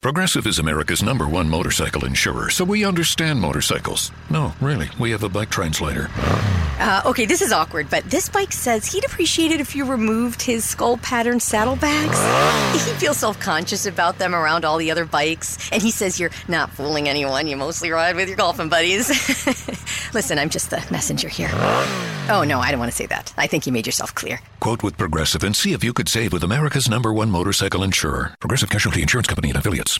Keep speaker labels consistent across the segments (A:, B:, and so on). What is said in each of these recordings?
A: Progressive is America's number one motorcycle insurer, so we understand motorcycles. No, really, we have a bike translator.
B: Uh, okay, this is awkward, but this bike says he'd appreciate it if you removed his skull pattern saddlebags. He feels self conscious about them around all the other bikes, and he says you're not fooling anyone. You mostly ride with your golfing buddies. Listen, I'm just the messenger here. Oh, no, I don't want to say that. I think you made yourself clear.
A: Quote with Progressive and see if you could save with America's number one motorcycle insurer, Progressive Casualty Insurance Company and affiliates.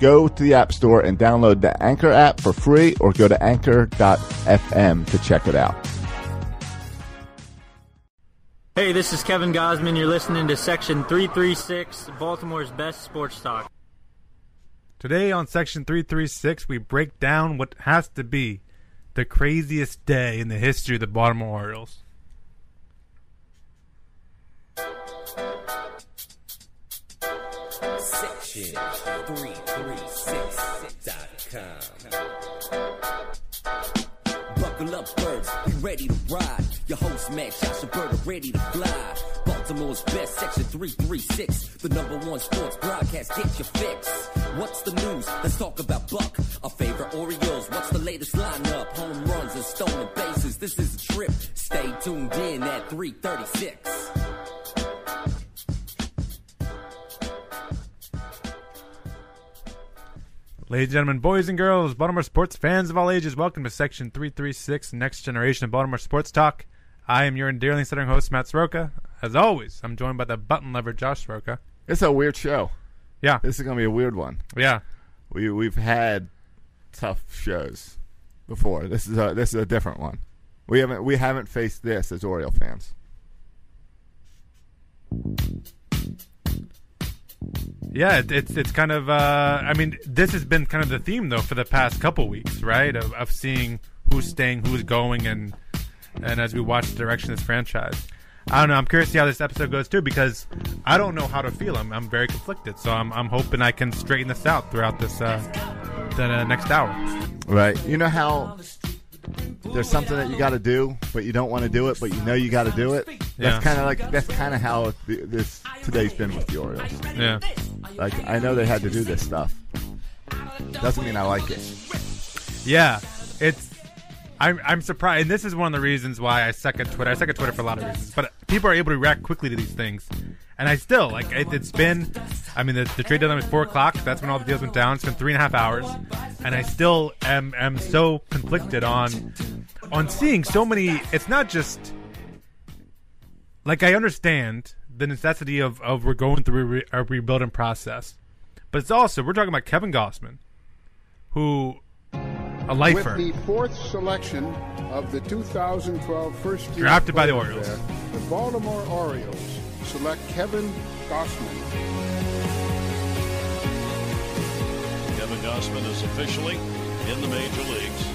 C: go to the App Store and download the Anchor app for free or go to anchor.fm to check it out.
D: Hey, this is Kevin Gosman. You're listening to Section 336, Baltimore's best sports talk.
E: Today on Section 336, we break down what has to be the craziest day in the history of the Baltimore Orioles.
F: Section 336.com. Buckle up, birds, be ready to ride. Your host, Matt Joshua Bird, ready to fly. Baltimore's best, Section 336. The number one sports broadcast, get your fix. What's the news? Let's talk about Buck. Our favorite Orioles, what's the latest lineup? Home runs and stolen bases, this is a trip. Stay tuned in at 336.
E: Ladies and gentlemen, boys and girls, Baltimore sports fans of all ages, welcome to Section 336, Next Generation of Baltimore Sports Talk. I am your endearingly southern host, Matt Soroka. As always, I'm joined by the button lever, Josh Soroka.
C: It's a weird show.
E: Yeah.
C: This is going to be a weird one.
E: Yeah.
C: We we've had tough shows before. This is a this is a different one. We haven't we haven't faced this as Oriole fans.
E: Yeah, it, it's it's kind of. Uh, I mean, this has been kind of the theme though for the past couple weeks, right? Of, of seeing who's staying, who's going, and and as we watch the direction of this franchise. I don't know. I'm curious to see how this episode goes too because I don't know how to feel. I'm, I'm very conflicted, so I'm, I'm hoping I can straighten this out throughout this uh, the uh, next hour.
C: Right. You know how there's something that you got to do, but you don't want to do it, but you know you got to do it.
E: Yeah.
C: That's kind of like that's kind of how th- this today's been with the Orioles.
E: Yeah,
C: Like I know they had to do this stuff. Doesn't mean I like it.
E: yeah. It's I'm I'm surprised, and this is one of the reasons why I suck at Twitter. I suck at Twitter for a lot of reasons, but people are able to react quickly to these things, and I still like it, it's been. I mean, the, the trade deadline was four o'clock. That's when all the deals went down. It's been three and a half hours, and I still am am so conflicted on on seeing so many. It's not just. like I understand the necessity of, of we're going through a, re- a rebuilding process, but it's also we're talking about Kevin Gossman, who a lifer
G: With the fourth selection of the 2012 first year
E: Drafted by the
G: player
E: Orioles.
G: fair, the Baltimore Orioles select Kevin Gossman.
H: Kevin Gossman is officially in the major leagues.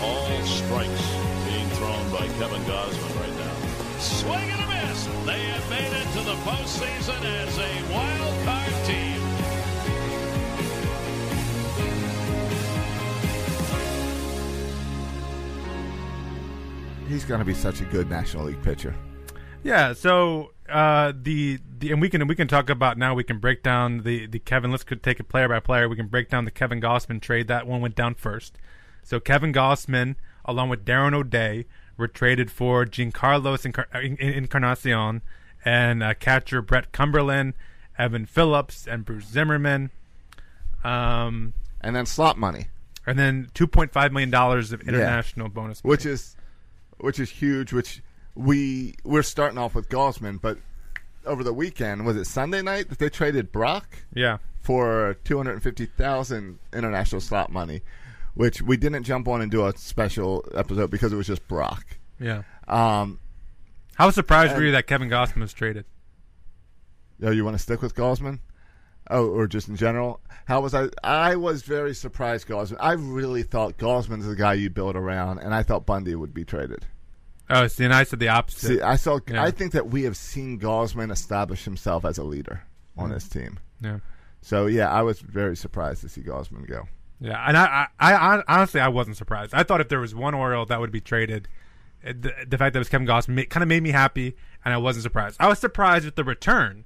H: All strikes being thrown by Kevin Gossman right now. Swing and a miss. They have made it to the postseason as a wild card team.
C: He's going to be such a good National League pitcher.
E: Yeah. So uh, the the and we can we can talk about now. We can break down the the Kevin. Let's go take it player by player. We can break down the Kevin Gossman trade. That one went down first. So Kevin Gossman, along with Darren O'Day, were traded for Giancarlo Incar- In- In- Encarnacion and uh, catcher Brett uh, Cumberland Evan Phillips, and Bruce Zimmerman. Um,
C: and then slot money,
E: and then two point five million dollars of international bonus, money.
C: which is which is huge. Which we we're starting off with Gosman, but over the weekend was it Sunday night that they traded Brock
E: yeah,
C: for two hundred and fifty thousand international slot money, which we didn't jump on and do a special episode because it was just Brock.
E: yeah.
C: Um,
E: How surprised were you that Kevin Gossman was traded?
C: Oh, you want to stick with Gosman? Oh, or just in general? How was I? I was very surprised, Gosman. I really thought Gosman's the guy you build around, and I thought Bundy would be traded.
E: Oh, see, and I said the opposite.
C: See, I saw.
E: Yeah.
C: I think that we have seen Gosman establish himself as a leader on
E: Mm-hmm.
C: this team.
E: yeah.
C: So yeah, I was very surprised to see Gosman go.
E: Yeah, and I, I, I hon- honestly I wasn't surprised. I thought if there was one Oriole that would be traded, uh, the, the fact that it was Kevin Goss kind of made me happy, and I wasn't surprised. I was surprised with the return,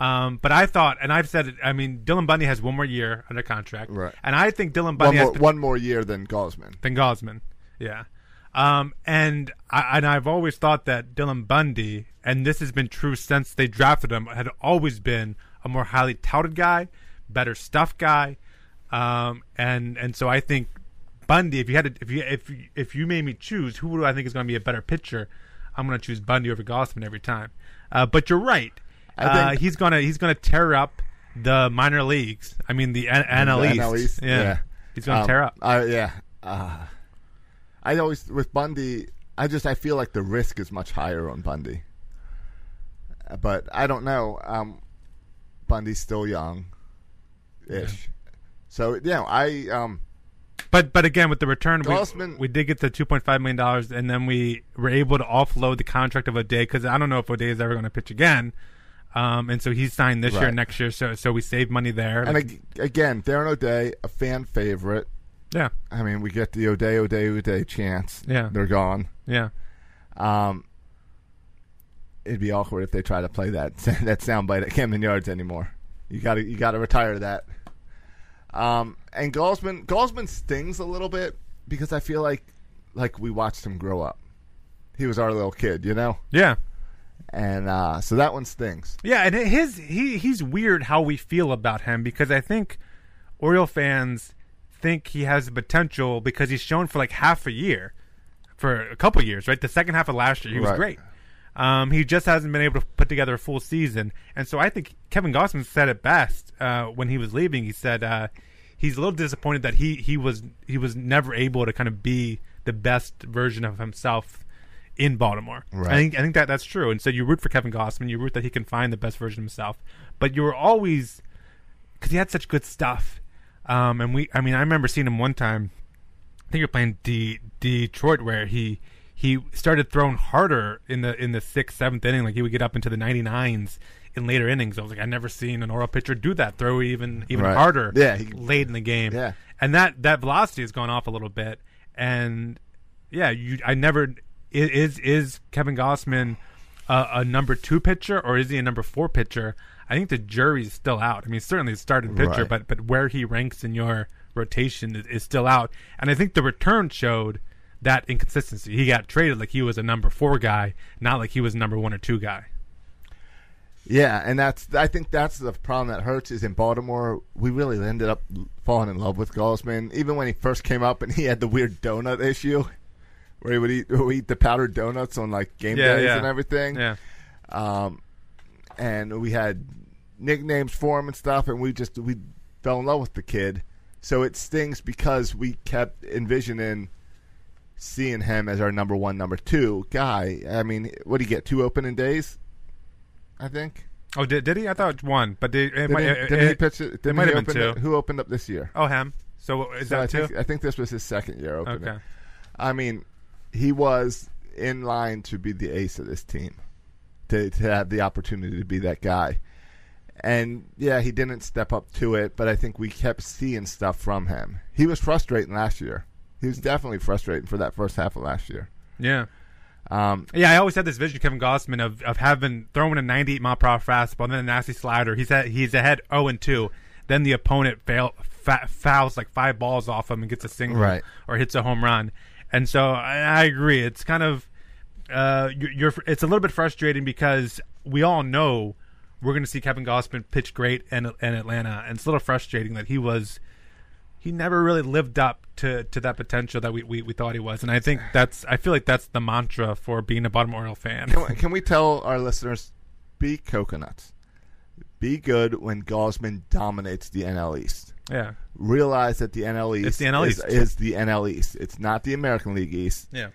E: um, but I thought, and I've said it. I mean, Dylan Bundy has one more year under contract,
C: Right.
E: And I think Dylan
C: One
E: Bundy
C: more,
E: has
C: one more year than Gosman.
E: than Gosman. Yeah. Um, and I, and I've always thought that Dylan Bundy, and this has been true since they drafted him, had always been a more highly touted guy, better stuff guy, um, and and so I think Bundy. If you had to, if you if you- if you made me choose, who do I think is going to be a better pitcher? I'm going to choose Bundy over Gosman every time. Uh, but you're right.
C: I
E: uh,
C: think-
E: he's gonna he's gonna tear up the minor leagues. I mean the N- NL East.
C: NL East,
E: Yeah.
C: yeah.
E: he's gonna
C: Um,
E: tear up.
C: I- yeah. Uh, I always with Bundy. I just I feel like the risk is much higher on Bundy. Uh, But I don't know. Um, Bundy's still young, ish. So yeah, I um,
E: But but again, with the return, we,
C: Gossman-
E: we did get the two point five million dollars, and then we were able to offload the contract of O'Day because I don't know if O'Day is ever going to pitch again. Um, and so he's signed this year,
C: Right.
E: and next year, so so we saved money there.
C: and
E: Like,
C: ag- again, Darren O'Day, a fan favorite.
E: yeah,
C: I mean, we get the O'Day, O'Day, O'Day chance.
E: Yeah.
C: they're gone.
E: yeah,
C: Um, it'd be awkward if they try to play that that soundbite at Camden Yards anymore. You got to you got to retire that. Um, and Gosman Gosman stings a little bit because I feel like like we watched him grow up. He was our little kid, you know,
E: yeah,
C: and uh, so that one stings.
E: yeah. And his he he's weird how we feel about him because I think Oriole fans think he has the potential because he's shown for like half a year, for a couple years, right? The second half of last year, he was
C: Right.
E: great. Um, he just hasn't been able to put together a full season, and so I think Kevin Gossman said it best uh, when he was leaving. He said uh, he's a little disappointed that he he was he was never able to kind of be the best version of himself in Baltimore.
C: Right.
E: I think I think that that's true, and so you root for Kevin Gossman, you root that he can find the best version of himself, but you were always because he had such good stuff. Um, and we, I mean, I remember seeing him one time. I think you're playing D- Detroit, where he he started throwing harder in the in the sixth, seventh inning. Like he would get up into the 99s in later innings. I was like, I never seen an oral pitcher do that. Throw even even
C: Right.
E: harder.
C: Yeah, he-
E: late in the game.
C: Yeah.
E: and that that velocity has gone off a little bit. And yeah, you, I never i- is is Kevin Gossman a, a number two pitcher or is he a number four pitcher? I think the jury's still out. I mean, certainly he's starting pitcher,
C: Right.
E: but but where he ranks in your rotation is, is still out. And I think the return showed that inconsistency. He got traded like he was a number four guy, not like he was a number one or two guy.
C: Yeah, and that's I think that's the problem that hurts is in Baltimore we really ended up falling in love with Gosman even when he first came up and he had the weird donut issue where he would eat, would eat the powdered donuts on like game days and everything
E: Yeah,
C: um, and we had nicknames for him and stuff, and we just we fell in love with the kid. So it stings because we kept envisioning seeing him as our number one, number two guy. I mean, what did he get? Two opening days, I think.
E: Oh, did, did he? I thought one, but did, it
C: Didn't
E: might,
C: he,
E: it-
C: didn't he
E: it-
C: pitch it? Didn't
E: might
C: he
E: have been
C: open it-
E: two.
C: Who opened up this year?
E: Oh, him. So is
C: So I
E: that two?
C: think, I think this was his second year opening.
E: Okay.
C: I mean, he was in line to be the ace of this team, to, to have the opportunity to be that guy. And yeah, he didn't step up to it, but I think we kept seeing stuff from him. He was frustrating last year. He was definitely frustrating for that first half of last year.
E: Yeah.
C: Um,
E: Yeah, I always had this vision of Kevin Gossman of, of having throwing a 98 mile per hour fastball, and then a nasty slider. He's at, he's ahead 0 and 2. Then the opponent fail, fa- fouls like five balls off him and gets a single
C: Right.
E: or hits a home run. And so I, I agree. It's kind of uh, you- you're it's a little bit frustrating because we all know we're going to see Kevin Gossman pitch great in, in Atlanta, and it's a little frustrating that he was he never really lived up to, to that potential that we, we, we thought he was, and I think that's I feel like that's the mantra for being a bottom Oriole fan.
C: Can we, can we tell our listeners be coconuts? Be good when Gosman dominates the NL East.
E: yeah,
C: Realize that the NL East,
E: It's the NL
C: is,
E: East.
C: is the NL East. It's not the American League East.
E: yeah,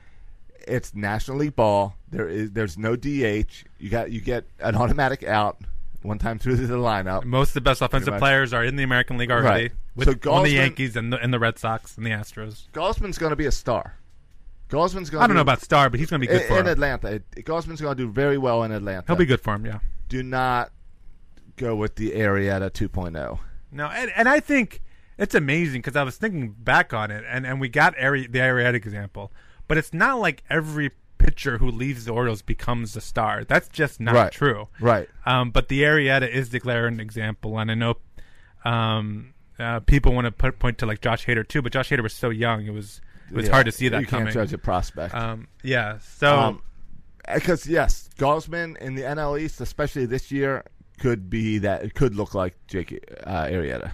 C: It's National League ball. There is there's no DH. You got you get an automatic out one time through the lineup.
E: most of the best offensive
C: much.
E: players are in the American League already,
C: Right.
E: with
C: So
E: on the
C: Gausman-
E: Yankees and the, and the Red Sox and the Astros.
C: Gosman's going to be a star. Gosman's going.
E: I don't know about Star, but he's going to be
C: in,
E: good for
C: in
E: him.
C: Atlanta. Gosman's going to do very well in Atlanta.
E: He'll be good for him, yeah.
C: Do not go with the Arietta oh. 2.0.
E: No, and, and I think it's amazing because I was thinking back on it, and, and we got Ari, the Arietta example, but it's not like every pitcher who leaves the Orioles becomes a star. That's just not
C: Right.
E: true.
C: Right.
E: Um, but the Arietta is the glaring example, and I know um, uh, people want to put, point to like Josh Hader too, but Josh Hader was so young; it was it was
C: Yeah,
E: hard to see that
C: you
E: coming.
C: can't judge Um, a prospect.
E: um, yeah. So
C: because yes, Gosman in the NL East, especially this year, could be that. It could look like Jake uh, Arrieta.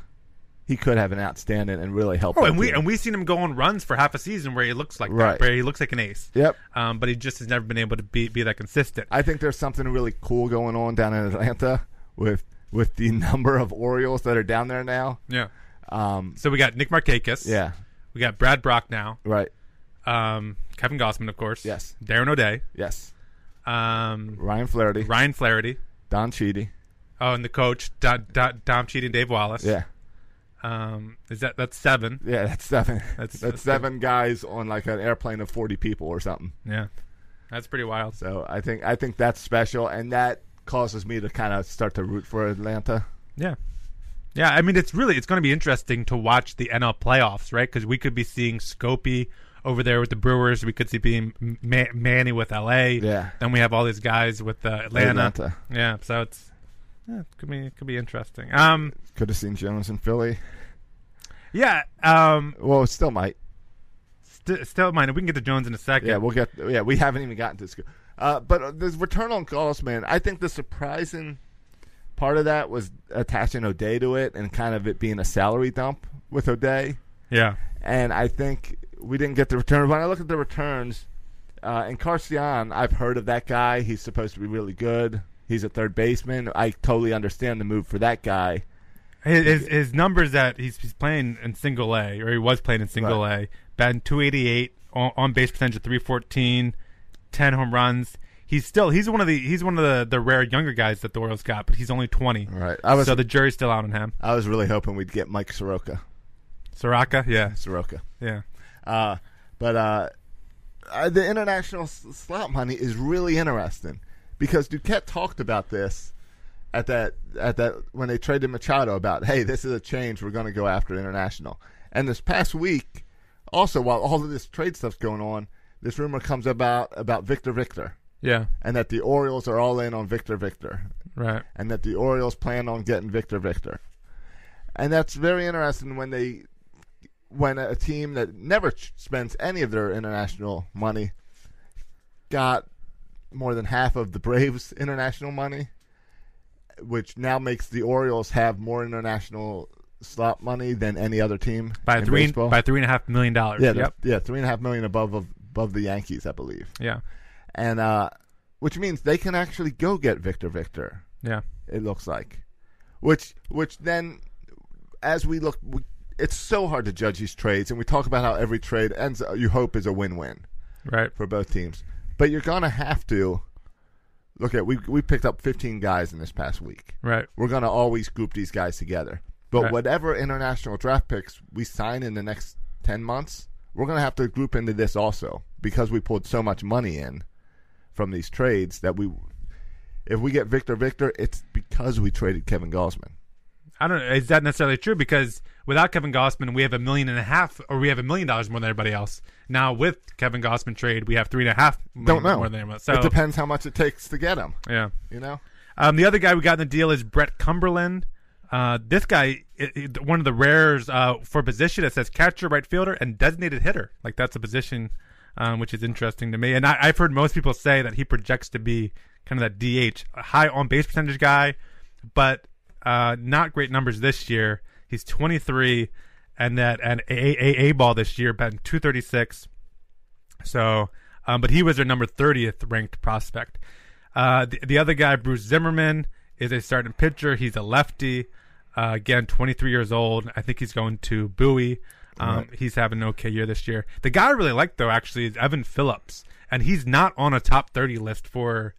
C: He could have an outstanding and really help.
E: Oh,
C: that
E: and we
C: team.
E: and we've seen him go on runs for half a season where he looks like that,
C: Right.
E: where he looks like an ace.
C: Yep.
E: Um, but he just has never been able to be be that consistent.
C: I think there's something really cool going on down in Atlanta with with the number of Orioles that are down there now.
E: yeah.
C: Um,
E: So we got Nick Markakis.
C: yeah,
E: We got Brad Brock now.
C: right.
E: Um, Kevin Gossman, of course.
C: Yes.
E: Darren O'Day.
C: Yes,
E: Um,
C: Ryan Flaherty,
E: Ryan Flaherty.
C: Don Cheedy.
E: Oh, and the coach Don, Don, Dom Cheat and Dave Wallace.
C: Yeah,
E: Um, is that that's seven?
C: yeah. That's seven.
E: That's-
C: That's,
E: that's
C: seven guys on like an airplane of forty people or something.
E: Yeah. That's pretty wild.
C: So I think I think that's special, and that causes me to kind of start to root for Atlanta.
E: Yeah. Yeah, I mean, it's really it's going to be interesting to watch the NL playoffs, right? Because we could be seeing Scopey over there with the Brewers. We could see being M- Ma- Manny with LA.
C: Yeah.
E: Then we have all these guys with uh, Atlanta.
C: Atlanta.
E: Yeah. So it's yeah, it could be it could be interesting. Um.
C: Could have seen Jones in Philly.
E: Yeah. Um.
C: Well, it still might.
E: St- still, mind we can get to Jones in a second.
C: Yeah, we'll get. Yeah, we haven't even gotten to school. Uh, but the return on calls, man. I think the surprising part of that was attaching O'Day to it and kind of it being a salary dump with O'Day.
E: yeah.
C: and I think we didn't get the return. When I look at the returns, uh, in Carcion, I've heard of that guy. He's supposed to be really good. He's a third baseman. I totally understand the move for that guy.
E: His, his his numbers that he's, he's playing in single A or he was playing in single A, batting 288 on, on base percentage of 314, 10 home runs. He's still he's one of the he's one of the, the rare younger guys that the Orioles got, but he's only 20.
C: Right. I was-
E: so the jury's still out on him.
C: I was really hoping we'd get Mike Soroka.
E: Soraka, yeah,
C: Soroka.
E: yeah,
C: Uh, but uh, uh, the international s- slot money is really interesting because Duquette talked about this at that at that when they traded Machado about hey this is a change we're going to go after international and this past week also while all of this trade stuff's going on this rumor comes about about Victor Victor
E: yeah,
C: and that the Orioles are all in on Victor Victor
E: right,
C: and that the Orioles plan on getting Victor Victor. And that's very interesting when they when a team that never ch- spends any of their international money got more than half of the Braves international money, which now makes the Orioles have more international slot money than any other team
E: by
C: in
E: three
C: baseball.
E: by three and a half million dollars.
C: yeah, they're-
E: yep,
C: yeah, three and a half million above of, above the Yankees, I believe,
E: yeah,
C: and uh, which means they can actually go get Victor Victor
E: yeah,
C: it looks like which which then as we look we, it's so hard to judge these trades and we talk about how every trade ends uh, you hope is a win-win
E: right,
C: for both teams but you're gonna have to look at we we picked up 15 guys in this past week
E: right,
C: we're gonna always group these guys together but
E: Right.
C: whatever international draft picks we sign in the next 10 months we're gonna have to group into this also because we pulled so much money in from these trades that we if we get Victor Victor, it's because we traded Kevin Gosman.
E: I don't know. Is that necessarily true? Because without Kevin Gossman, we have a million and a half, or we have a million dollars more than everybody else. Now with Kevin Gossman trade, we have three and a half.
C: Don't
E: million
C: know.
E: more than everyone. else. So
C: it depends how much it takes to get him.
E: Yeah.
C: You know,
E: Um, the other guy we got in the deal is Brett Cumberland. Uh, this guy, i i- one of the rares uh, for position that says catcher, right fielder, and designated hitter. Like that's a position, um, which is interesting to me. And I, I've heard most people say that he projects to be kind of that DH, a high on base percentage guy, but uh, not great numbers this year. He's 23, and that and a a, a ball this year, batting 236. So, um, but he was their number 30th ranked prospect. Uh, the, the other guy, Bruce Zimmerman, is a starting pitcher. He's a lefty. Uh, again, 23 years old. I think he's going to Bowie. Um, He's having an okay year this year. The guy I really like though, actually, is Evan Phillips, and he's not on a top 30 list for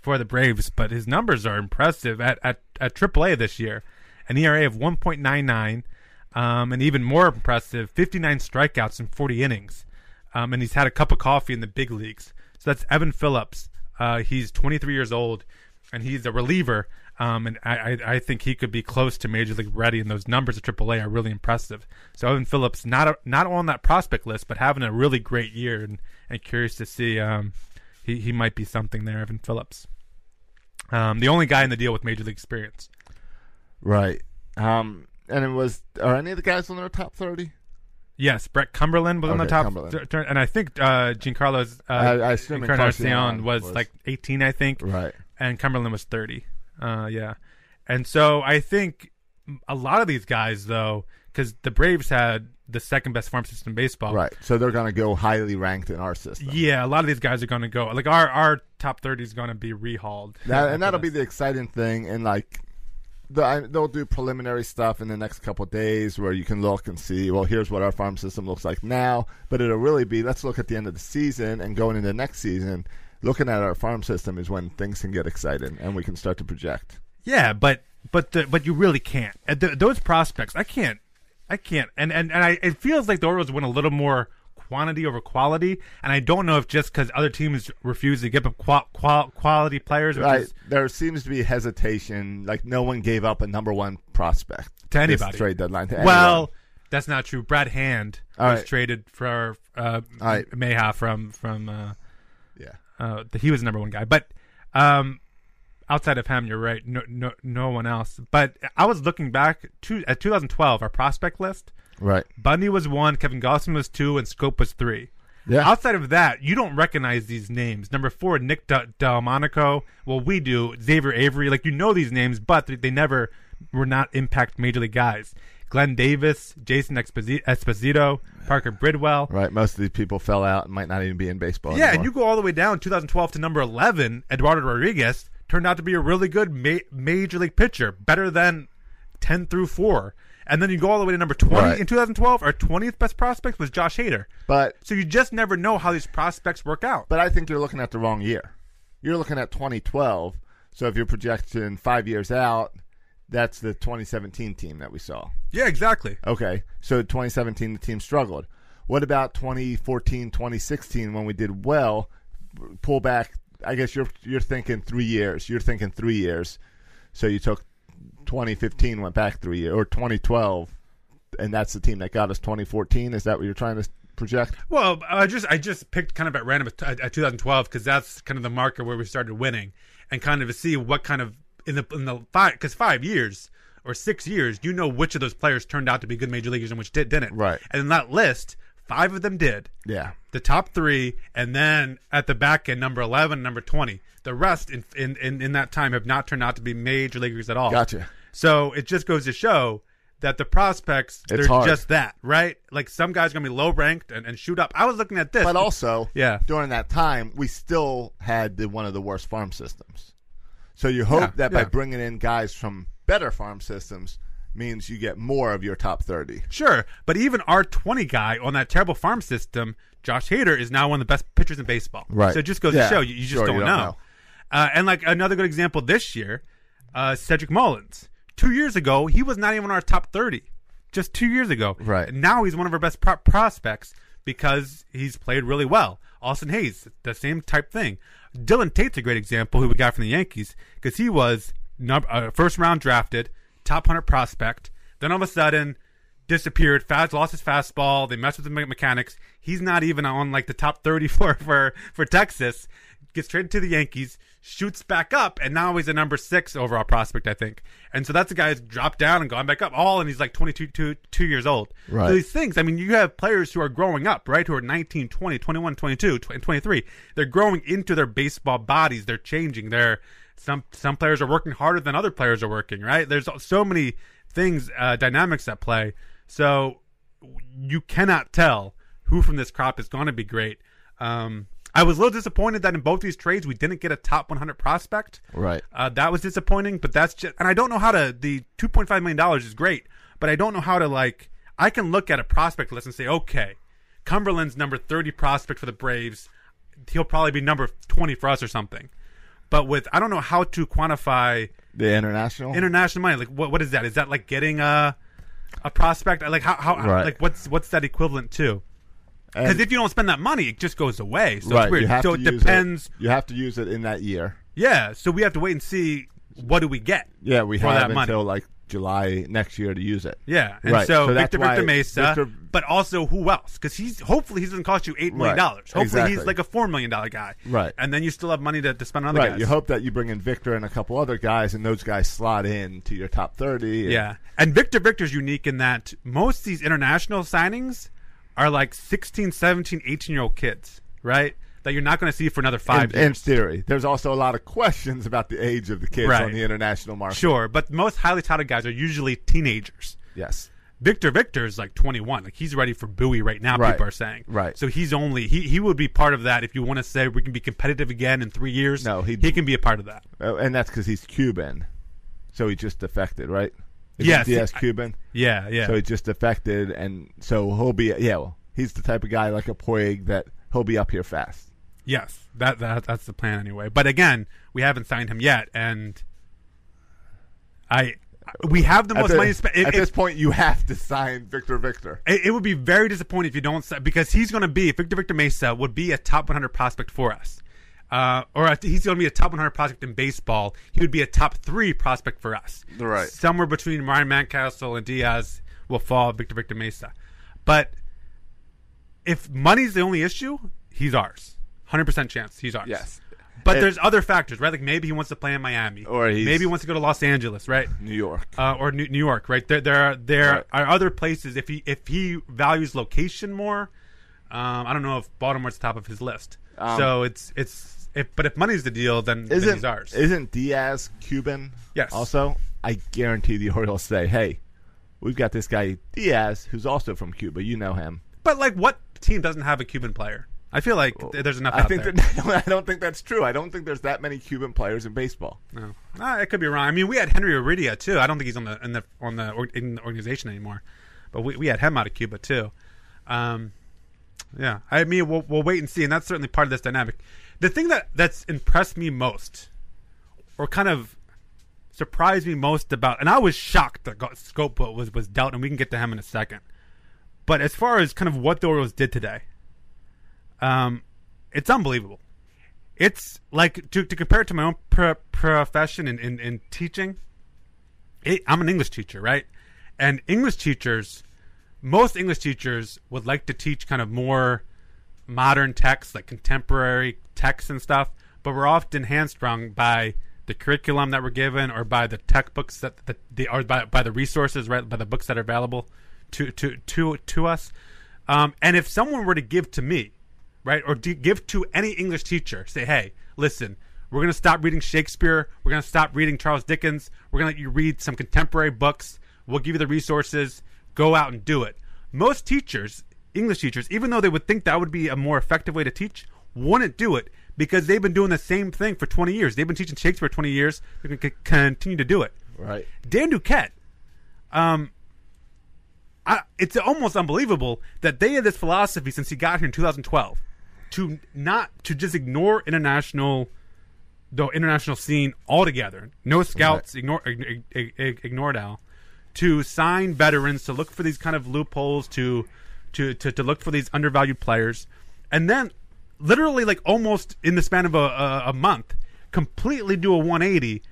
E: for the Braves, but his numbers are impressive at at, at AAA this year. An ERA of 1.99, um, and even more impressive, 59 strikeouts in 40 innings, um, and he's had a cup of coffee in the big leagues. So that's Evan Phillips. Uh, he's 23 years old, and he's a reliever. Um, and I, I, I think he could be close to major league ready, and those numbers at AAA are really impressive. So Evan Phillips not a, not on that prospect list, but having a really great year, and, and curious to see um, he he might be something there. Evan Phillips. Um, the only guy in the deal with major league experience.
C: Right. Um, and it was are any of the guys on their top thirty?
E: Yes, Brett Cumberland was on the
C: Okay,
E: top,
C: Cumberland.
E: th- turn- and I think uh, Giancarlo's uh,
C: I- I assume
E: Encarnacion
C: Encarnacion
E: was,
C: was-
E: like 18, I think,
C: Right.
E: and Cumberland was 30. Uh, yeah, and so I think a lot of these guys, though, because the Braves had the second best farm system in baseball,
C: Right. So they're gonna go highly ranked in our system.
E: Yeah, a lot of these guys are going to go like our our top 30 is going to be rehauled,
C: That, and that'll be the exciting thing, and like, the, I, they'll do preliminary stuff in the next couple of days where you can look and see. Well, here's what our farm system looks like now, but it'll really be let's look at the end of the season and going into next season. Looking at our farm system is when things can get exciting and we can start to project.
E: Yeah, but but the, but you really can't. Uh, th- those prospects, I can't, I can't. And and and I, it feels like the Orioles went a little more quantity over quality. And I don't know if just because other teams refuse to give up qual- qual- quality players, which
C: Right?
E: is-
C: There seems to be hesitation. Like no one gave up a number one prospect
E: to
C: this
E: anybody.
C: trade deadline. To
E: well, that's not true. Brad Hand
C: All
E: was
C: right.
E: traded for uh,
C: All right.
E: Mayha from from. Uh,
C: anyone.
E: uh, th- he was the number one guy. But um, outside of him, you're right. No, no, no one else. But I was looking back to at 2012, our prospect list.
C: yeah, right.
E: Bundy was one, Kevin Gossman was two, and Scope was three.
C: Yeah.
E: Outside of that, you don't recognize these names. Number four, Nick D- Delmonico. Well, we do. Xavier Avery. Like you know these names, but they, they never were not impact major league guys. Glenn Davis, Jason Exposi- Esposito, Parker Bridwell.
C: Right. Most of these people fell out and might not even be in baseball.
E: Yeah,
C: anymore.
E: and you go all the way down 2012 to number 11. Eduardo Rodriguez turned out to be a really good ma- major league pitcher, better than 10 through 4. And then you go all the way to number 20
C: Right.
E: in 2012. Our 20th best prospect was Josh Hader.
C: But
E: So you just never know how these prospects work out.
C: But I think you're looking at the wrong year. You're looking at 2012. So if you're projecting five years out, that's the 2017 team that we saw.
E: Yeah, exactly.
C: Okay. So 2017, the team struggled. What about 2014, 2016 when we did well? Pull back. I guess you're you're thinking three years. You're thinking three years. So you took 2015, went back three years, or 2012, and that's the team that got us 2014. Is that what you're trying to project?
E: Well, I just I just picked kind of at random at, at 2012 because that's kind of the marker where we started winning, and kind of to see what kind of in the in the five because five years or six years, you know which of those players turned out to be good major leaguers and which did, didn't.
C: Right.
E: And in that list, five of them did.
C: Yeah.
E: The top three, and then at the back end, number 11, number 20. The rest in in in, in that time have not turned out to be major leaguers at all.
C: Gotcha.
E: So it just goes to show that the prospects they're
C: hard.
E: just that, right? Like some guys are gonna be low ranked and, and shoot up. I was looking at this,
C: but also
E: Yeah.
C: during that time we still had the, one of the worst farm systems so you hope
E: Yeah,
C: that by
E: yeah.
C: bringing in guys from better farm systems means you get more of your top 30
E: sure. But even our twenty guy on that terrible farm system, Josh Hader, is now one of the best pitchers in baseball.
C: Right.
E: So it just goes
C: Yeah,
E: to show you, you just
C: sure,
E: don't,
C: you don't
E: know.
C: know.
E: Uh, and like another good example this year, uh, Cedric Mullins. Two years ago, he was not even on our top thirty. Just two years ago,
C: Right.
E: And now he's one of our best pro- prospects because he's played really well. Austin Hayes, the same type thing. Dylan Tate's a great example who we got from the Yankees because he was num- uh, first round drafted, top hundred prospect. Then all of a sudden, disappeared. Fast lost his fastball. They messed with the me- mechanics. He's not even on like the top thirty for for for Texas. Gets traded to the Yankees, shoots back up, and now he's a number six overall prospect, I think. And so that's a guy who's dropped down and gone back up. All and he's like 22, two, two years old.
C: Right.
E: So these things, I mean, you have players who are growing up, right? Who are 19, 20, 21, 22, tw- and 23. They're growing into their baseball bodies. They're changing. They're some some players are working harder than other players are working. Right? There's so many things uh, dynamics at play. So you cannot tell who from this crop is going to be great. Um, I was a little disappointed that in both these trades we didn't get a top 100 prospect.
I: Right.
E: Uh, that was disappointing, but that's just, and I don't know how to, the $2.5 million is great, but I don't know how to, like, I can look at a prospect list and say, okay, Cumberland's number 30 prospect for the Braves. He'll probably be number 20 for us or something. But with, I don't know how to quantify
I: The international.
E: international money. Like, what, what is that? Is that like getting a, a prospect? Like, how, how,
I: Right.
E: like, what's, what's that equivalent to?
I: And-
E: Because if you don't spend that money, it just goes away. So
I: right,
E: it's weird.
I: you have
E: so
I: to
E: it
I: use
E: depends.
I: You have to use it in that year.
E: Yeah, so we have to wait and see what do we get.
I: Yeah, we
E: for
I: have
E: that money.
I: until like July next year to use it.
E: Yeah, and
I: Right,
E: so,
I: so that's
E: Victor Victor
I: why
E: Mesa,
I: Victor-
E: but also who else? Because he's hopefully he's going to cost you eight
I: Right,
E: million dollars. Hopefully
I: exactly.
E: he's like a four million dollar guy.
I: Right.
E: and then you still have money to, to spend on other
I: right.
E: guys.
I: You hope that you bring in Victor and a couple other guys, and those guys slot in to your top thirty. and-
E: Yeah, and Victor Victor's unique in that most of these international signings are like 16, 17, 18 year old kids, right? That you're not going to see for another five.
I: In,
E: years.
I: in theory, there's also a lot of questions about the age of the kids
E: Right.
I: on the international market.
E: sure, but most highly touted guys are usually teenagers.
I: Yes.
E: Victor Victor is like 21. Like he's ready for Bowie right now.
I: Right.
E: People are saying
I: Right.
E: So he's only he he would be part of that if you want to say we can be competitive again in three years.
I: No,
E: he
I: he-
E: can be a part of that.
I: Oh, and that's because he's Cuban, so he just defected, right? Is
E: Yes,
I: Diaz
E: I-
I: Cuban.
E: Yeah, yeah.
I: So he just defected, and so he'll be yeah. Well, he's the type of guy like a Puig that he'll be up here fast.
E: yes, that, that that's the plan anyway. But again, we haven't signed him yet, and I we have the
I: At
E: most
I: the-
E: money to spend. It,
I: at
E: it-
I: this point, you have to sign Victor Victor.
E: it, it would be very disappointing if you don't sign because he's going to be Victor Victor Mesa would be a top 100 prospect for us, uh, or a, he's going to be a top 100 prospect in baseball. He would be a top three prospect for us.
I: Right.
E: somewhere between Ryan Mountcastle and Diaz will fall Victor Victor Mesa, but if money's the only issue, he's ours. 100% chance he's ours.
I: Yes.
E: But
I: It-
E: there's other factors, right? Like maybe he wants to play in Miami,
I: Or he's-
E: maybe he wants to go to Los Angeles, right?
I: New York.
E: uh, or New, New York, right? There, there, are, there
I: Right.
E: are other places. If he if he values location more, um, I don't know if Baltimore's top of his list.
I: Um,
E: so it's it's if but if money's the deal, then, then
I: isn't
E: he's ours.
I: isn't Diaz Cuban?
E: Yes.
I: Also, I guarantee the Orioles say, "Hey, we've got this guy Diaz, who's also from Cuba. You know him."
E: but like, what team doesn't have a Cuban player? I feel like th- there's enough.
I: I
E: out
I: think
E: there.
I: that I don't think that's true. I don't think there's that many Cuban players in baseball.
E: No. Ah, it could be wrong. I mean, we had Henry Aridia too. I don't think he's on the in the on the or, in the organization anymore, but we, we had him out of Cuba too. Um, yeah, I mean, we'll, we'll wait and see, and that's certainly part of this dynamic. The thing that that's impressed me most, or kind of surprised me most about, and I was shocked that Go- Scope was was dealt, and we can get to him in a second. But as far as kind of what the Orioles did today, um, it's unbelievable it's like to, to compare it to my own pro- profession in, in, in teaching it, i'm an english teacher right and english teachers most english teachers would like to teach kind of more modern texts like contemporary texts and stuff but we're often hamstrung by the curriculum that we're given or by the textbooks that that they are by, by the resources right by the books that are available to to to, to us um, and if someone were to give to me right? Or do give to any English teacher. Say, hey, listen, we're going to stop reading Shakespeare. We're going to stop reading Charles Dickens. We're going to let you read some contemporary books. We'll give you the resources. Go out and do it. Most teachers, English teachers, even though they would think that would be a more effective way to teach, wouldn't do it because they've been doing the same thing for 20 years. They've been teaching Shakespeare 20 years. They're going to continue to do it.
I: Right.
E: Dan Duquette, um, I, it's almost unbelievable that they had this philosophy since he got here in 2012 to not to just ignore international the international scene altogether. No scouts, ignore ig- ig- ig- ignore it all. To sign veterans, to look for these kind of loopholes, to, to to to look for these undervalued players, and then literally like almost in the span of a, a, a month, completely do a 180,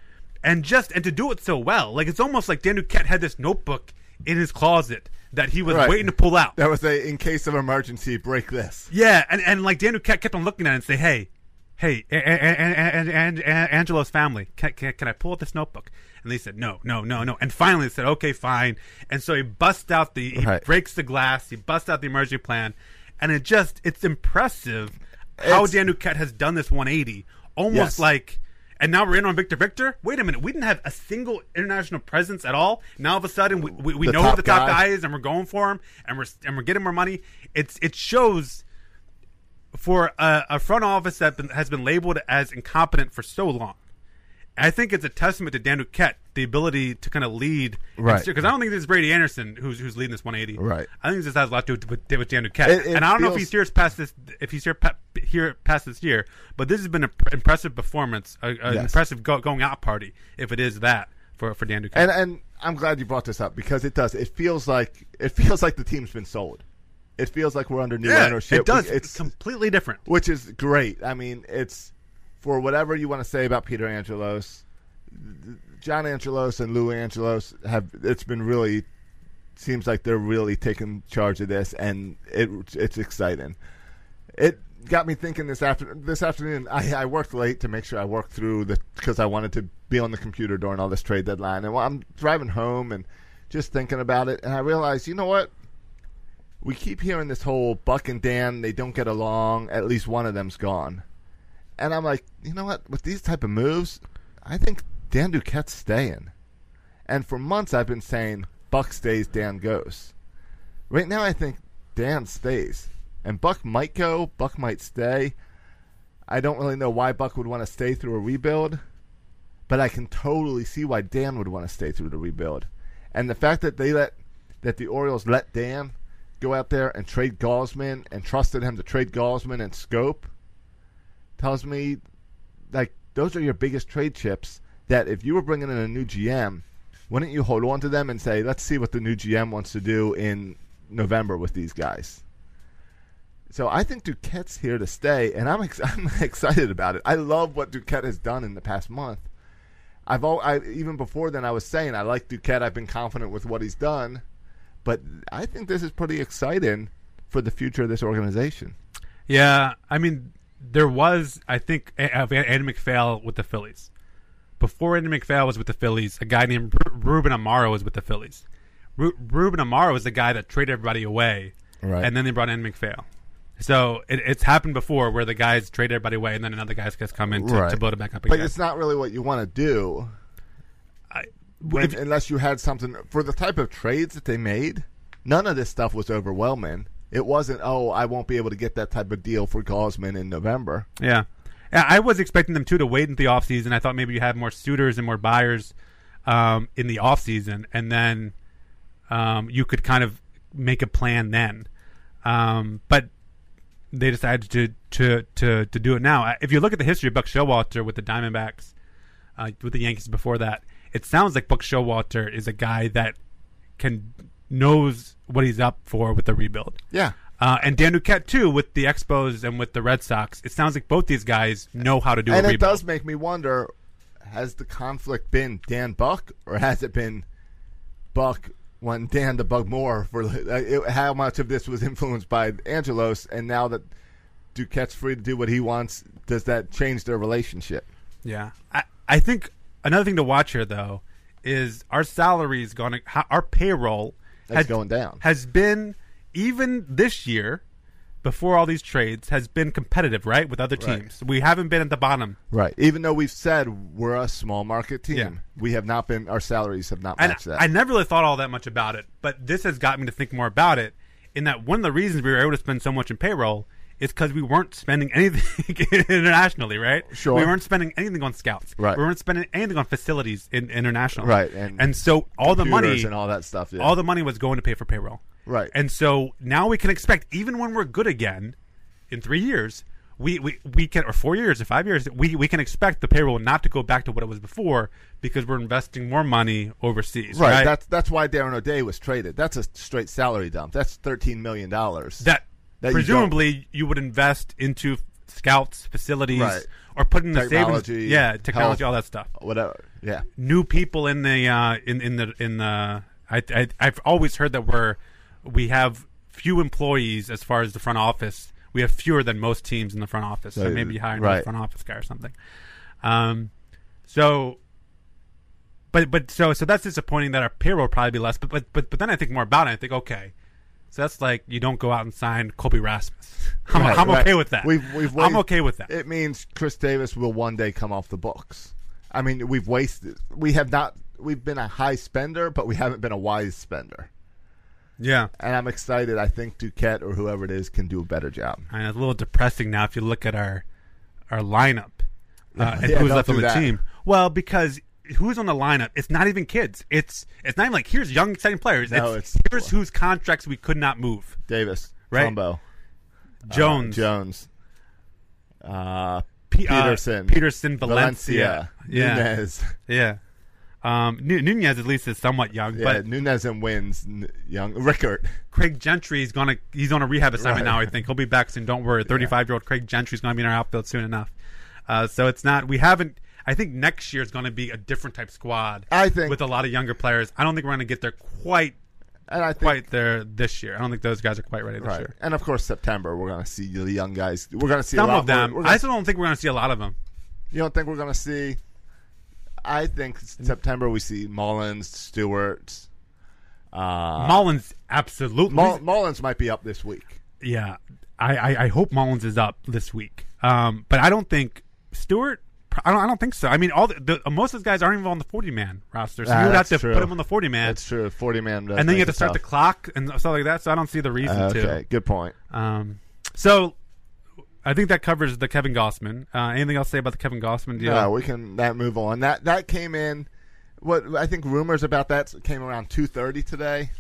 E: and just and to do it so well, like it's almost like Dan Duquette had this notebook in his closet that he was
I: Right.
E: waiting to pull out.
I: That was a in case of emergency, break this.
E: Yeah, and, and like Dan kept, kept on looking at it and say, hey, hey, and, and, and, Angelo's family, can, can, can I pull out this notebook? And they said, no, no, no, no. And finally, they said, okay, fine. And so he busts out the, he
I: Right.
E: breaks the glass, he busts out the emergency plan, and it just, it's impressive how
I: It's-
E: Dan Duquette has done this 180, almost
I: Yes.
E: like. And now we're in on Victor Victor. Wait a minute, we didn't have a single international presence at all. Now all of a sudden, we, we, we
C: The
E: know who
C: top
E: the top
C: guy.
E: guy is, and we're going for him, and we're and we're getting more money. It's it shows for a, a front office that been, has been labeled as incompetent for so long. I think it's a testament to Dan Duquette, the ability to kind of lead.
C: Right.
E: Because I don't think this is Brady Anderson who's who's leading this 180.
C: Right.
E: I think this has a lot to do with, with Dan Duquette.
C: It- it
E: and I don't know if
C: feels-
E: he's here past this, if he's here pa- here past this year, but this has been an impressive performance, a- an
C: Yes.
E: impressive go- going out party, if it is that for for Dan Duquette.
C: And uh, and I'm glad you brought this up because it does. It feels like it feels like the team's been sold. It feels like we're under new
E: yeah,
C: ownership.
E: it does.
C: It's
E: It's completely different.
C: which is great. I mean, it's for whatever you want to say about Peter Angelos, John Angelos and Lou Angelos have. It's been really seems like they're really taking charge of this, and it it's exciting. It got me thinking this after this afternoon. I, I worked late to make sure I worked through the because I wanted to be on the computer during all this trade deadline, and while I'm driving home and just thinking about it, and I realized, you know what? we keep hearing this whole Buck and Dan, they don't get along, at least one of them's gone. And I'm like, you know what? With these type of moves, I think Dan Duquette's staying. And for months I've been saying Buck stays, Dan goes. Right now I think Dan stays. And Buck might go, Buck might stay. I don't really know why Buck would want to stay through a rebuild, but I can totally see why Dan would want to stay through the rebuild. And the fact that they let that the Orioles let Dan go out there and trade Gosman and trusted him to trade Gosman and Scope tells me like those are your biggest trade chips that if you were bringing in a new GM, wouldn't you hold on to them and say, let's see what the new GM wants to do in November with these guys? So I think Duquette's here to stay, and I'm ex- I'm excited about it. I love what Duquette has done in the past month. I've all, I, even before then I was saying I like Duquette. I've been confident with what he's done, but I think this is pretty exciting for the future of this organization.
E: Yeah, I mean, there was, I think, A- of Andy McPhail with the Phillies. Before Andy McPhail was with the Phillies, a guy named Ru- Ruben Amaro was with the Phillies. Ru- Ruben Amaro was the guy that traded everybody away,
C: Right.
E: and then they brought in McPhail. So it, it's happened before where the guys trade everybody away, and then another guy gets come in to, to build it back up
C: but
E: again.
C: it's not really what you want to do
E: I,
C: when-
E: if-
C: unless you had something for the type of trades that they made. None of this stuff was overwhelming. It wasn't. Oh, I won't be able to get that type of deal for Gosman in November.
E: Yeah. Yeah, I was expecting them too to wait into the offseason. I thought maybe you had more suitors and more buyers um, in the offseason, and then um, you could kind of make a plan then. Um, but they decided to, to to to do it now. I- If you look at the history of Buck Showalter with the Diamondbacks, uh, with the Yankees before that, it sounds like Buck Showalter is a guy that can knows what he's up for with the rebuild.
C: Yeah,
E: Uh, and Dan Duquette too, with the Expos and with the Red Sox. It sounds like both these guys know how to do
C: and
E: a
C: it
E: rebuild.
C: does make me wonder: Has the conflict been Dan Buck, or has it been Buck wanting Dan to bug more for like, it, how much of this was influenced by Angelos? And now that Duquette's free to do what he wants, does that change their relationship?
E: Yeah, I, I think another thing to watch here though is our salaries going to ho- our payroll
C: That's going down.
E: has been even this year before all these trades has been competitive right with other teams. We haven't been at the bottom.
C: Right. Even though we've said we're a small market team,
E: Yeah.
C: we have not been. Our salaries have not
E: And
C: matched that.
E: I never really thought all that much about it, but this has got me to think more about it. In that one of the reasons we were able to spend so much in payroll is because we weren't spending anything internationally, right?
C: Sure.
E: We weren't spending anything on scouts.
C: Right.
E: We weren't spending anything on facilities in international.
C: Right, and
E: so all the money
C: Computers and all that stuff. Yeah.
E: all the money was going to pay for payroll.
C: Right.
E: And so now we can expect, even when we're good again, in three years, we, we, we can or four years or five years, we, we can expect the payroll not to go back to what it was before because we're investing more money overseas.
C: right.
E: Right.
C: That's that's why Darren O'Day was traded. That's a straight salary dump. That's thirteen million dollars.
E: that,
C: that you
E: presumably you, would invest into scouts, facilities,
C: Right.
E: or putting the
C: Technology,
E: savings, yeah, technology,
C: health.
E: all that stuff.
C: whatever. Yeah.
E: new people in the uh, in in the in the I, I I've always heard that we're we have few employees as far as the front office. We have fewer than most teams in the front office. So,
C: So,
E: maybe you hire
C: right.
E: a front office guy or something. Um, so. But but so so that's disappointing that our payroll will probably be less. But but but, but then I think more about it. I think okay, So that's like you don't go out and sign Kobe Rasmus. I'm,
C: Right,
E: I'm
C: right.
E: okay with that.
C: We've, we've wa-
E: I'm okay with that.
C: It means Chris Davis will one day come off the books. I mean, we've wasted. We have not. We've been a high spender, but we haven't been a wise spender.
E: yeah.
C: And I'm excited. I think Duquette or whoever it is can do a better job.
E: I know it's a little depressing now if you look at our our lineup uh, and
C: Yeah,
E: who's
C: don't
E: left on
C: do
E: the
C: that.
E: team. Well, because who's on the lineup? It's not even kids. It's it's not even like here's young exciting players.
C: No,
E: it's,
C: it's-
E: here's whose contracts we could not move.
C: Davis,
E: Right.
C: Combo,
E: Jones,
C: Uh, Jones, uh,
E: P- uh,
C: Peterson,
E: Peterson, Valencia, yeah,
C: Nunez.
E: yeah. Um, Nu- Nunez at least is somewhat young,
C: Yeah,
E: but
C: Nunez and wins. N- Young Rickard.
E: Craig Gentry is gonna he's on a rehab assignment
C: Right.
E: now. I think he'll be back soon. Don't worry. Thirty five year old Craig Gentry is gonna be in our outfield soon enough. Uh, so it's not we haven't. I think next year is going to be a different type squad.
C: I think-
E: with a lot of younger players. I don't think we're going to get there quite
C: And I think
E: quite there this year. I don't think those guys are quite ready this
C: Right.
E: year.
C: And of course, September we're going to see the young guys. We're going to see
E: Some
C: a lot
E: of them.
C: More. We're
E: I
C: gonna-
E: still don't think we're going to see a lot of them.
C: you don't think we're going to see? I think
E: Mm.
C: September we see Mullins, Stewart. Uh,
E: Mullins absolutely.
C: Mull- Mullins might be up this week.
E: yeah, I, I I hope Mullins is up this week. Um, but I don't think Stewart. I don't. I don't think so. I mean, all the, the most of those guys aren't even on the forty man roster, so
C: Ah,
E: you would
C: that's
E: have to
C: true.
E: put them on the forty man.
C: That's true. Forty man.
E: and then you have to start the clock and stuff like that. So I don't see the reason
C: Okay, good point.
E: to. Um, so I think that covers the Kevin Gossman. Uh, anything else to say about the Kevin Gossman deal?
C: No, we can that move on. That that came in. What I think rumors about that came around two thirty today.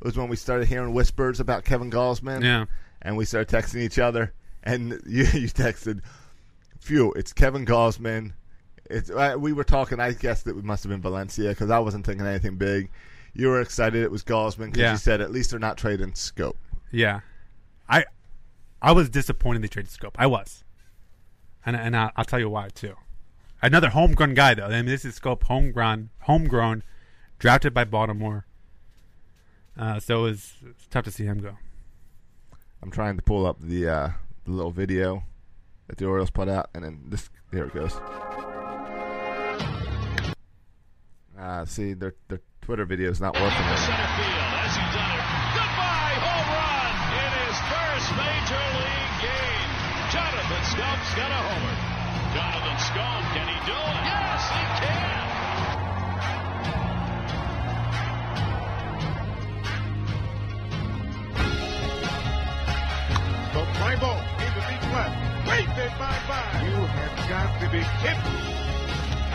C: Was when we started hearing whispers about Kevin Gosman.
E: Yeah.
C: and we started texting each other. And you you texted, "Phew, it's Kevin Gosman." It's I, we were talking. I guess that we must have been Valencia because I wasn't thinking anything big. You were excited it was Gosman because
E: Yeah.
C: you said at least they're not trading scope.
E: Yeah, I I was disappointed they traded Scope. I was, and and I, I'll tell you why too. Another homegrown guy though. I mean, this is Scope homegrown, homegrown, drafted by Baltimore. Uh, so it was, it's tough to see him go.
C: I'm trying to pull up the uh, the little video that the Orioles put out, and then this here it goes. Uh, see, their their Twitter video is not working. Right
H: Center field as he done it. Goodbye, home run in his first major league game. Jonathan Scope's got a homer. Jonathan Scope, can he do it? Yes, he can.
J: The fly ball into deep left. Wasted by Vine. You have got to be kidding.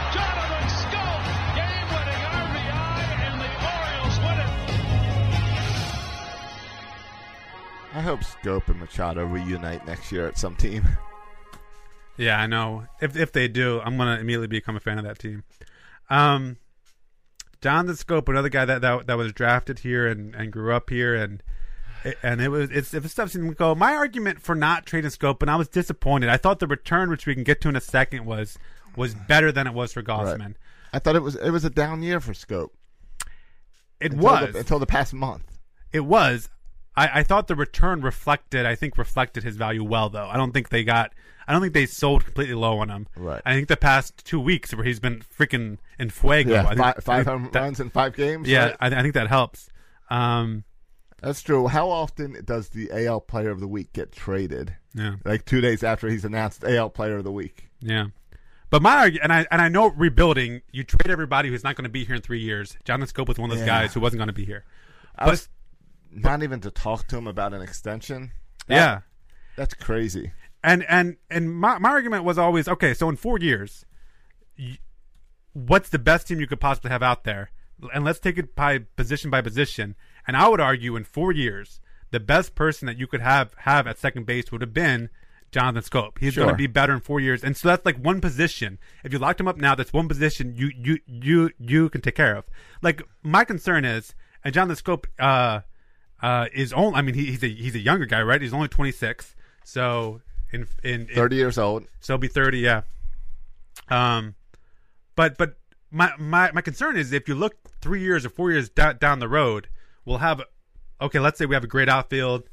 H: Jonathan Scope, game-winning RBI, and the Orioles win it.
C: I hope Scope and Machado reunite next year at some team.
E: Yeah, I know. If if they do, I'm gonna immediately become a fan of that team. Um, Jonathan Scope, another guy that that, that was drafted here and, and grew up here, and and it was it's if stuff seemed to go. My argument for not trading Scope, and I was disappointed. I thought the return, which we can get to in a second, was was better than it was for Gossman.
C: Right. I thought it was it was a down year for Scope.
E: It
C: Until the-
E: was
C: until the past month.
E: it was. I, I thought the return reflected. I think reflected his value well, though. I don't think they got. I don't think they sold completely low on him.
C: Right.
E: I think the past two weeks where he's been freaking in fuego. I
C: Yeah,
E: think,
C: five,
E: I
C: five
E: think
C: home
E: that-
C: runs in five games.
E: Yeah,
C: right?
E: I, I think that helps. Um,
C: that's true. How often does the AL Player of the Week get traded?
E: Yeah.
C: like two days after he's announced AL Player of the Week.
E: yeah. But my argument, and I and I know rebuilding, you trade everybody who's not going to be here in three years. Jonathan Scope was one of those
C: Yeah.
E: guys who wasn't going to be here.
C: I
E: But-
C: was not even to talk to him about an extension. That-
E: yeah.
C: that's crazy.
E: and and and my, my argument was always okay so in four years y- what's the best team you could possibly have out there and let's take it by position by position and i would argue in four years the best person that you could have have at second base would have been jonathan scope he's going
C: Sure.
E: to be better in four years and so that's like one position if you locked him up now that's one position you you you you can take care of like my concern is and jonathan scope uh uh, is only. I mean, he, he's a he's a younger guy, right? He's only 26, so in in, in
C: Thirty years old.
E: so he'll be 30, yeah. Um, but but my my my concern is if you look three years or four years da- down the road, we'll have okay. Let's say we have a great outfield,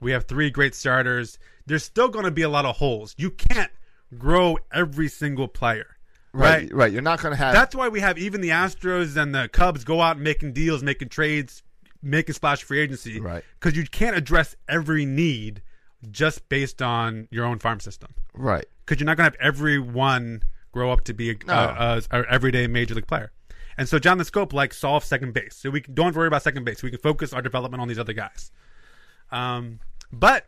E: we have three great starters. There's still going to be a lot of holes. You can't grow every single player, right?
C: right. You're not going to have
E: That's why we have even the Astros and the Cubs go out and making deals, making trades, make a splash free agency,
I: Right.
E: Because you can't address every need just based on your own farm system,
I: Right.
E: because you're not going to have everyone grow up to be a, a, a, a everyday major league player. And so John the Scope like solve second base, so we can, don't have to worry about second base. We can focus our development on these other guys. Um, but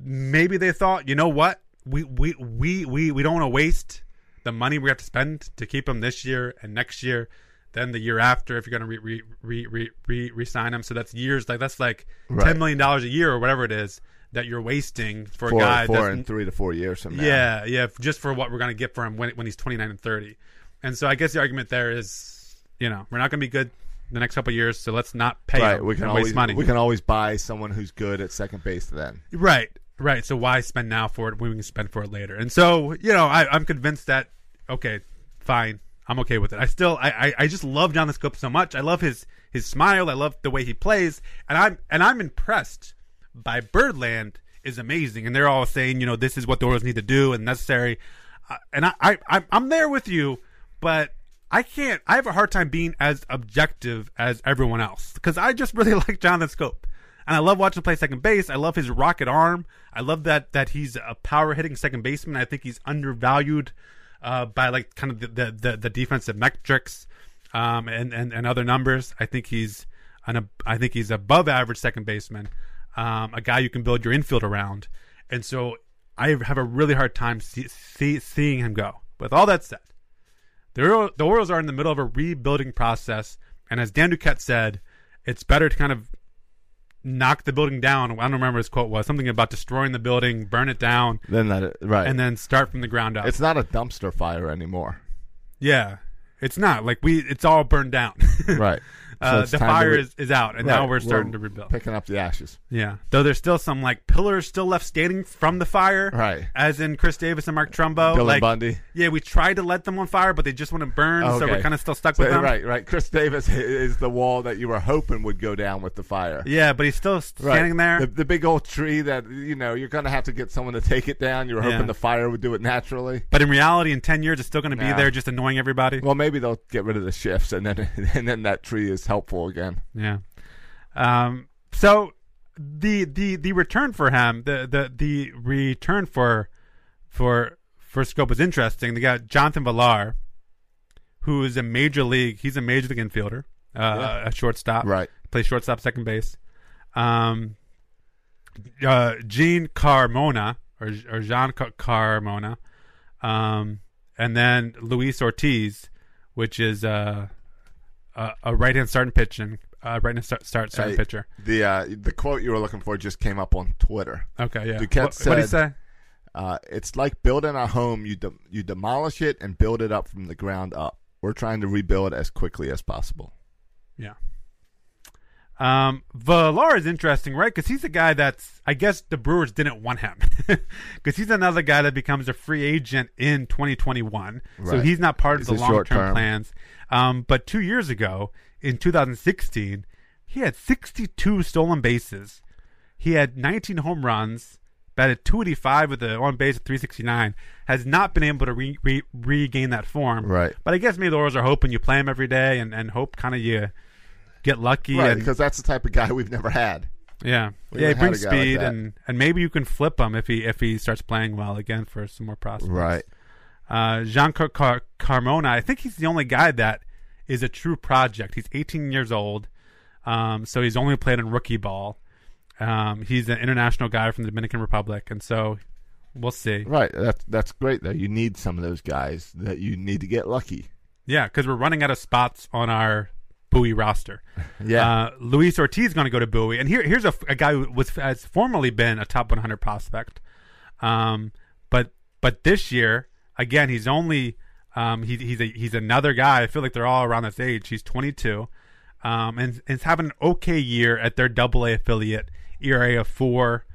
E: maybe they thought, you know what, we we we we, we don't want to waste the money we have to spend to keep him this year and next year, then the year after if you're going to re re re re re sign him. So that's years like that's like ten million dollars a year or whatever it is that you're wasting for a
I: Four,
E: guy
I: four
E: that's
I: and three to four years from now.
E: yeah, yeah, f- just for what we're gonna get for him when when he's 29 and 30. And so I guess the argument there is, you know, we're not gonna be good the next couple of years, so let's not pay
I: Right.
E: him
I: We can
E: and
I: always
E: waste money.
I: we can always buy someone who's good at second base then.
E: right, right. So why spend now for it when we can spend for it later? And so you know, I, I'm convinced that okay, fine, I'm okay with it. I still, I, I, I just love John the Scope so much. I love his his smile. I love the way he plays, and I'm and I'm impressed by Birdland is amazing, and they're all saying, you know, this is what the Orioles need to do and necessary. Uh, and I, I, I'm- I'm there with you, but I can't. I have a hard time being as objective as everyone else because I just really like Jonathan Scope, and I love watching him play second base. I love his rocket arm. I love that that he's a power hitting second baseman. I think he's undervalued uh, by like kind of the the, the, the defensive metrics um, and, and and other numbers. I think he's an ab- I think he's above average second baseman, um, a guy you can build your infield around, and so I have a really hard time see, see, seeing him go. With all that said, the Ori- the Orioles are in the middle of a rebuilding process, and as Dan Duquette said, it's better to kind of knock the building down. I don't remember what his quote was something about destroying the building, burn it down,
I: Then that right.
E: and then start from the ground up.
I: it's not a dumpster fire anymore.
E: yeah, it's not like we. It's all burned down.
I: Right. So
E: Uh,
I: it's
E: the
I: time to
E: fire
I: re-
E: is, is out, and now
I: Right,
E: we're starting to rebuild.
I: Picking up the ashes.
E: Yeah, though there's still some like pillars still left standing from the fire,
I: Right.
E: As in Chris Davis and Mark Trumbo,
I: Bill and
E: like,
I: Bundy.
E: Yeah, we tried to let them on fire, but they just want to burn, so
I: Okay.
E: we're kind of still stuck
I: So,
E: with them.
I: Right, right. Chris Davis i- is the wall that you were hoping would go down with the fire.
E: Yeah, but he's still
I: Right.
E: standing there.
I: The, the big old tree that you know you're going to have to get someone to take it down. You were hoping
E: Yeah.
I: the fire would do it naturally.
E: but in reality, in ten years, it's still going to be
I: Nah.
E: there, just annoying everybody.
I: Well, maybe they'll get rid of the shifts, and then and then that tree is helpful again.
E: Yeah. Um. So the the the return for him, the the the return for for for Scope is interesting. They got Jonathan Villar, who is a major league. He's a major league infielder, uh, a shortstop,
I: Right.
E: Plays shortstop, second base. Um. Uh, Gene Carmona or or Jean Car- Carmona, um, and then Luis Ortiz, which is uh a, a right hand starting pitching, uh, right hand start, start starting
I: Hey,
E: pitcher.
I: The uh, the quote you were looking for just came up on Twitter.
E: Okay, yeah.
I: Duquette
E: what would he say?
I: said- Uh, it's like building a home. You de- you demolish it and build it up from the ground up. We're trying to rebuild as quickly as possible.
E: Yeah. Um, Villar is interesting, right? Because he's a guy that's, I guess, the Brewers didn't want him because he's another guy that becomes a free agent in 2021. So
I: Right.
E: he's not part of
I: It's
E: the
I: a
E: long
I: short-term.
E: term plans. Um, but two years ago, in 2016, he had 62 stolen bases. He had 19 home runs, batted 285 with a on base of 369. Has not been able to re- re- regain that form.
I: Right.
E: But I guess maybe the Orioles are hoping you play him every day and, and hope kind of you get lucky
I: Right,
E: and
I: because that's the type of guy we've never had.
E: yeah,
I: We
E: yeah, he
I: haven't had
E: brings
I: a guy like
E: speed
I: that.
E: and and maybe you can flip him if he if he starts playing well again for some more prospects.
I: Right.
E: Uh, Jean Car- Car- Carmona, I think he's the only guy that is a true project. He's 18 years old, um, so he's only played in rookie ball. Um, he's an international guy from the Dominican Republic, and so we'll see.
I: Right. That's that's great though. You need some of those guys that you need to get lucky.
E: Yeah, because we're running out of spots on our Bowie roster. Uh, Luis Ortiz is going to go to Bowie, and here here's a, a guy who was has formerly been a top 100 prospect, um, but but this year again he's only um, he, he's a, he's another guy. I feel like they're all around this age. He's 22, um, and and is having an okay year at their Double A affiliate, ERA of four,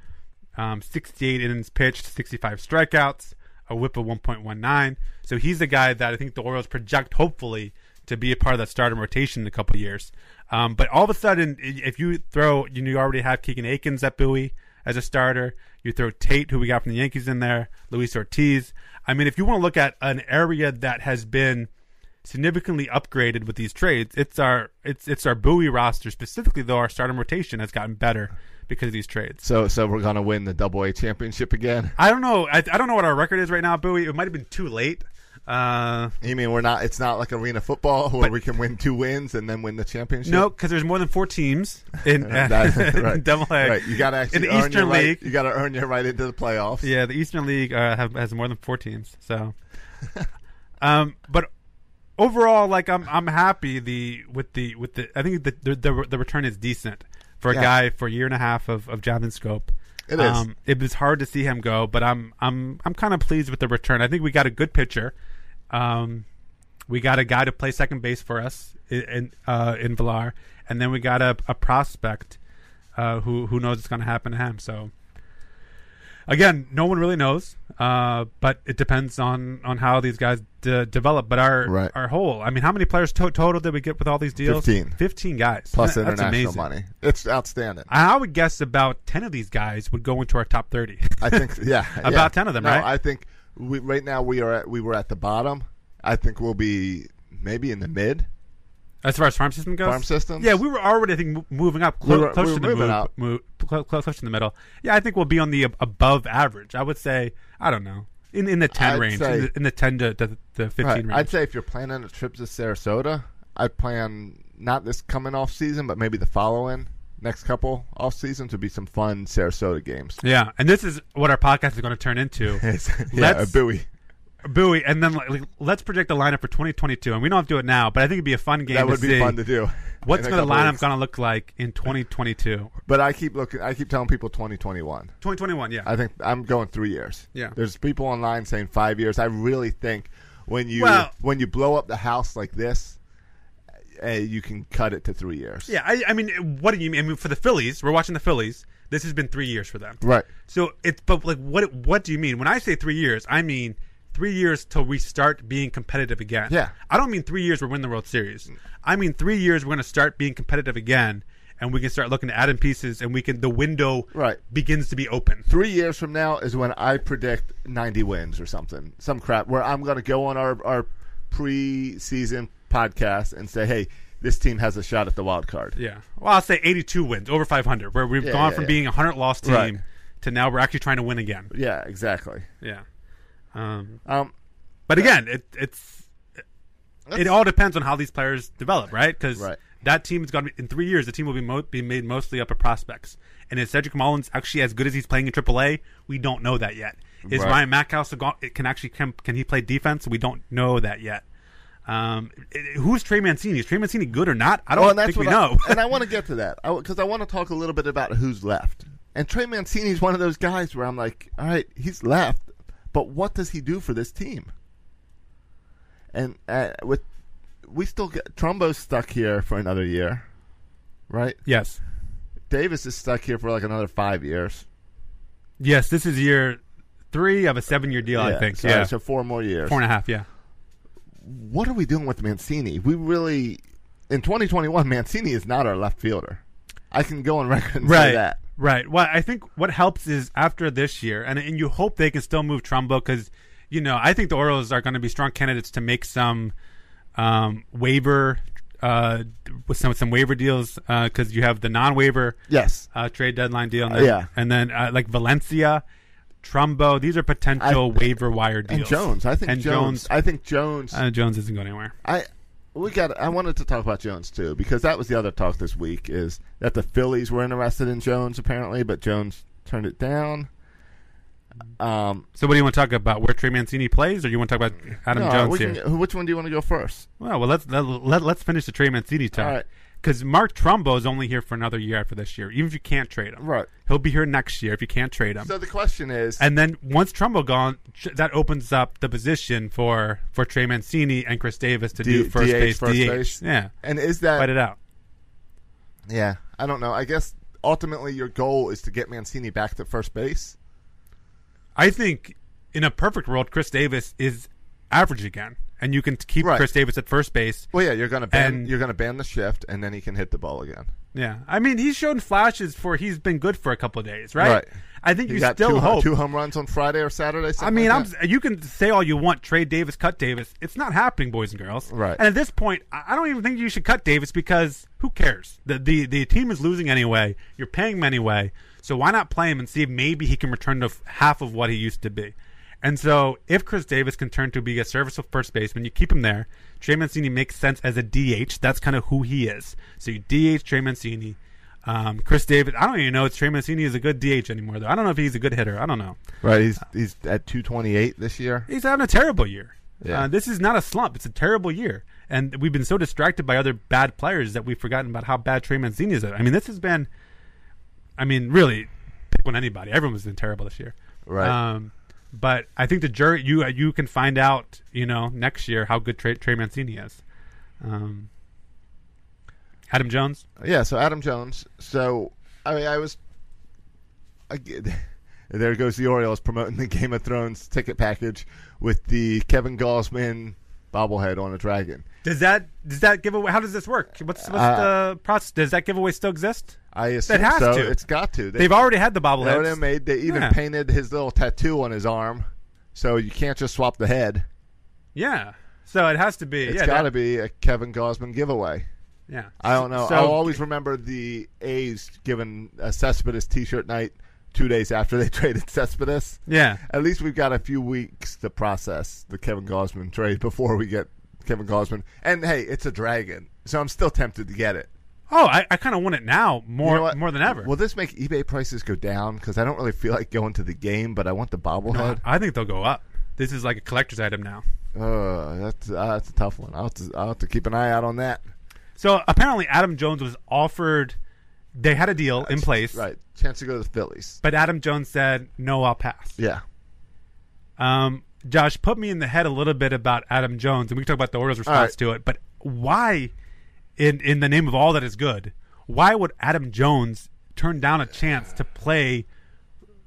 E: um, 68 innings pitched, 65 strikeouts, a WHIP of 1.19. So he's the guy that I think the Orioles project hopefully to be a part of that starting rotation in a couple of years. Um, but all of a sudden, i- if you throw, you know, you already have Keegan Aikens at Bowie as a starter. You throw Tate, who we got from the Yankees, in there. Luis Ortiz. I mean, if you want to look at an area that has been significantly upgraded with these trades. It's our it's it's our buoy roster specifically though our starting rotation has gotten better because of these trades.
C: So, so we're gonna win the Double A championship again.
E: I don't know. I, I don't know what our record is right now, Bowie. It might have been too late. Uh,
C: You mean we're not? It's not like arena football where
E: But-
C: we can win two wins and then win the championship.
E: no, because there's more than four teams in,
C: That's
E: in Double A.
C: Right. You got to
E: in
C: actually
E: the
C: earn
E: Eastern
C: your right-
E: League.
C: you got to earn your right into the playoffs.
E: Yeah, the Eastern League uh, have, has more than four teams. So, um, but overall, like I'm I'm happy the with the with the I think the the, the, the return is decent for a
C: Yeah.
E: guy for a year and a half of of Jonathan Scope. Um,
C: It is.
E: it was hard to see him go, but I'm I'm I'm kind of pleased with the return. I think we got a good pitcher. Um, we got a guy to play second base for us in in, uh, in Villar, and then we got a, a prospect uh, who who knows what's going to happen to him. So again, no one really knows, uh, but it depends on on how these guys de- develop. But our
C: Right.
E: our whole, I mean, how many players to- total did we get with all these deals?
C: 15.
E: Fifteen guys
C: Plus
E: That- that's
C: international
E: amazing.
C: money. It's outstanding. I,
E: I would guess about ten of these guys would go into our top thirty.
C: think. Yeah.
E: About
C: yeah.
E: 10 of them,
C: No,
E: right?
C: I think we, right now we are at, we were at the bottom. I think we'll be maybe in the mid.
E: as far as farm system goes.
C: Farm systems?
E: Yeah, we were already I think mo- moving up
C: We
E: clo-
C: were-
E: close
C: we were
E: to the
C: moving
E: move,
C: up.
E: move clo- clo- close to the middle. Yeah, I think we'll be on the ab- above average. I would say I don't know in in the 10
C: I'd
E: range,
C: say-
E: in, the, in the ten to, to, to fifteen
C: Right.
E: range.
C: I'd say if you're planning a trip to Sarasota, I plan not this coming off season, but maybe the following next couple off seasons would be some fun Sarasota games.
E: Yeah, and this is what our podcast is going to turn into.
C: yeah, a buoy.
E: buoy, and then like, let's predict the lineup for 2022. And we don't have to do it now, but I think it'd be a fun game.
C: That
E: to
C: would be
E: see
C: fun to do.
E: What's
C: in a
E: gonna- the
C: couple
E: lineup
C: weeks.
E: going to look like in 2022,
C: But I keep looking. I keep telling people 2021.
E: 2021? Yeah.
C: I think I'm going three years.
E: Yeah.
C: There's people online saying five years. I really think when you
E: Well-
C: when you blow up the house like this, uh, you can cut it to three years.
E: yeah, I, I mean, what do you mean? I mean, for the Phillies, we're watching the Phillies. This has been three years for them,
C: Right.
E: So it's but like, what what do you mean when I say three years? I mean three years till we start being competitive again.
C: Yeah.
E: I don't mean three years we're winning the World Series. I mean three years we're going to start being competitive again, and we can start looking to add in pieces, and we can the window
C: Right.
E: begins to be open.
C: Three years from now is when I predict 90 wins or something, some crap. Where I'm going to go on our our preseason podcast and say, hey, this team has a shot at the wild card.
E: Yeah. Well, I'll say 82 wins, over 500, where we've
C: Yeah,
E: gone
C: yeah,
E: from
C: yeah.
E: being a 100 loss team
C: Right.
E: to now we're actually trying to win again.
C: Yeah, exactly.
E: Yeah. Um,
C: Um,
E: but again, it, it's it all depends on how these players develop, right? Because
C: Right.
E: that team is going to be in three years. The team will be mo- be made mostly up of prospects. And is Cedric Mullins actually as good as he's playing in AAA? We don't know that yet. Is
C: Right.
E: Ryan Mackhouse a go- it can actually can, can he play defense? We don't know that yet. Um, it- it- who's Trey Mancini? Is Trey Mancini good or not? I don't
C: Well, and that's
E: think we
C: what I-
E: know.
C: and I want to get to that because I, want to talk a little bit about who's left. And Trey Mancini's one of those guys where I'm like, all right, he's left, but what does he do for this team? And uh, with we still get Trumbo's stuck here for another year, right?
E: yes.
C: Davis is stuck here for like another five years.
E: Yes, this is year three of a seven-year deal, I think.
C: So,
E: yeah,
C: so four more years.
E: four and a half. Yeah,
C: What are we doing with Mancini? We really in 2021, Mancini is not our left fielder. I can go on record and say that.
E: right. Well, I think what helps is after this year, and and you hope they can still move Trumbo because you know I think the Orioles are going to be strong candidates to make some um, waiver uh, with some some waiver deals because you have the non-waiver
C: Yes.
E: uh, trade deadline deal, and then,
C: yeah.
E: and then uh, like Valencia. Trumbo, these are potential waiver wire deals.
C: And Jones, I think
E: and
C: Jones, I think Jones.
E: uh, Jones isn't going anywhere.
C: I we got. I wanted to talk about Jones too because that was the other talk this week is that the Phillies were interested in Jones apparently, but Jones turned it down. Um,
E: So what do you want to talk about? Where Trey Mancini plays, or you want to talk about Adam
C: no,
E: Jones
C: we
E: here?
C: can- who- which one do you want to go first?
E: well, well, let's let, let, let's finish the Trey Mancini
C: All
E: talk
C: right.
E: because Mark Trumbo is only here for another year after this year. Even if you can't trade him,
C: Right.
E: He'll be here next year if you can't trade him.
C: So the question is,
E: and then once Trumbo gone, ch- that opens up the position for for Trey Mancini and Chris Davis to do
C: D-
E: first
C: DH,
E: base,
C: first
E: DH.
C: base?
E: Yeah,
C: and is that
E: fight it out.
C: Yeah, I don't know. I guess ultimately your goal is to get Mancini back to first base.
E: I think in a perfect world, Chris Davis is average again, and you can t- keep
C: Right.
E: Chris Davis at first base.
C: Well, yeah, you're gonna ban
E: And-
C: you're gonna ban the shift, and then he can hit the ball again.
E: Yeah, I mean he's shown flashes for he's been good for a couple of days, right?
C: Right.
E: I I think
C: He
E: you
C: got
E: still
C: two, hu-
E: hope.
C: two home runs on Friday or Saturday.
E: I
C: something
E: mean,
C: like
E: I'm,
C: that.
E: you can say all you want, trade Davis, cut Davis. It's not happening, boys and girls.
C: Right.
E: And at this point, I I don't even think you should cut Davis because who cares? The, the the team is losing anyway. You're paying him anyway, so why not play him and see if maybe he can return to f- half of what he used to be. And so, if Chris Davis can turn to be a serviceable first baseman, you keep him there. Trey Mancini makes sense as a DH. That's kind of who he is. So you DH Trey Mancini. Um, Chris Davis. I don't even know if Trey Mancini is a good DH anymore. Though I don't know if he's a good hitter. I don't know.
C: right. He's he's at 228 this year.
E: He's having a terrible year.
C: Yeah.
E: Uh, this is not a slump. It's a terrible year. And we've been so distracted by other bad players that we've forgotten about how bad Trey Mancini is. I mean, this has been, I mean, really, pick on anybody. Everyone's been terrible this year.
C: Right.
E: Um, but I think the jury, you uh, you can find out, you know, next year how good Trey, Trey Mancini is. Um, Adam Jones.
C: Yeah, so Adam Jones. So I mean, I was. I g there goes the Orioles promoting the Game of Thrones ticket package with the Kevin Gosman bobblehead on a dragon.
E: Does that does that give away? How does this work? What's what's
C: Uh,
E: the process? Does that giveaway still exist?
C: I assume
E: has
C: so.
E: to.
C: It's got to. They,
E: They've already had the
C: they already
E: bobbleheads.
C: made. They even
E: Yeah.
C: painted his little tattoo on his arm, so you can't just swap the head.
E: Yeah. So it has to be.
C: It's
E: yeah,
C: got to
E: that-
C: be a Kevin Gosman giveaway.
E: Yeah.
C: I don't know.
E: So-
C: I'll always remember the A's giving a Cespedes T-shirt night two days after they traded Cespedes.
E: Yeah.
C: At least we've got a few weeks to process the Kevin Gosman trade before we get Kevin Gosman. And hey, it's a dragon, so I'm still tempted to get it.
E: Oh, I, I kind of want it now
C: You
E: more
C: know what?
E: more than ever.
C: Will this make eBay prices go down? Because I don't really feel like going to the game, but I want the
E: No,
C: bobblehead.
E: I think they'll go up. This is like a collector's item now.
C: Uh, that's uh, that's a tough one. I'll have, to, I'll have to keep an eye out on that.
E: So apparently, Adam Jones was offered. They had a deal in place,
C: Right, chance to go to the Phillies.
E: But Adam Jones said, "No, I'll pass."
C: Yeah.
E: Um, Josh, put me in the head a little bit about Adam Jones, and we can talk about the Orioles' response
C: right.
E: to it. But why, in in the name of all that is good, why would Adam Jones turn down a chance to play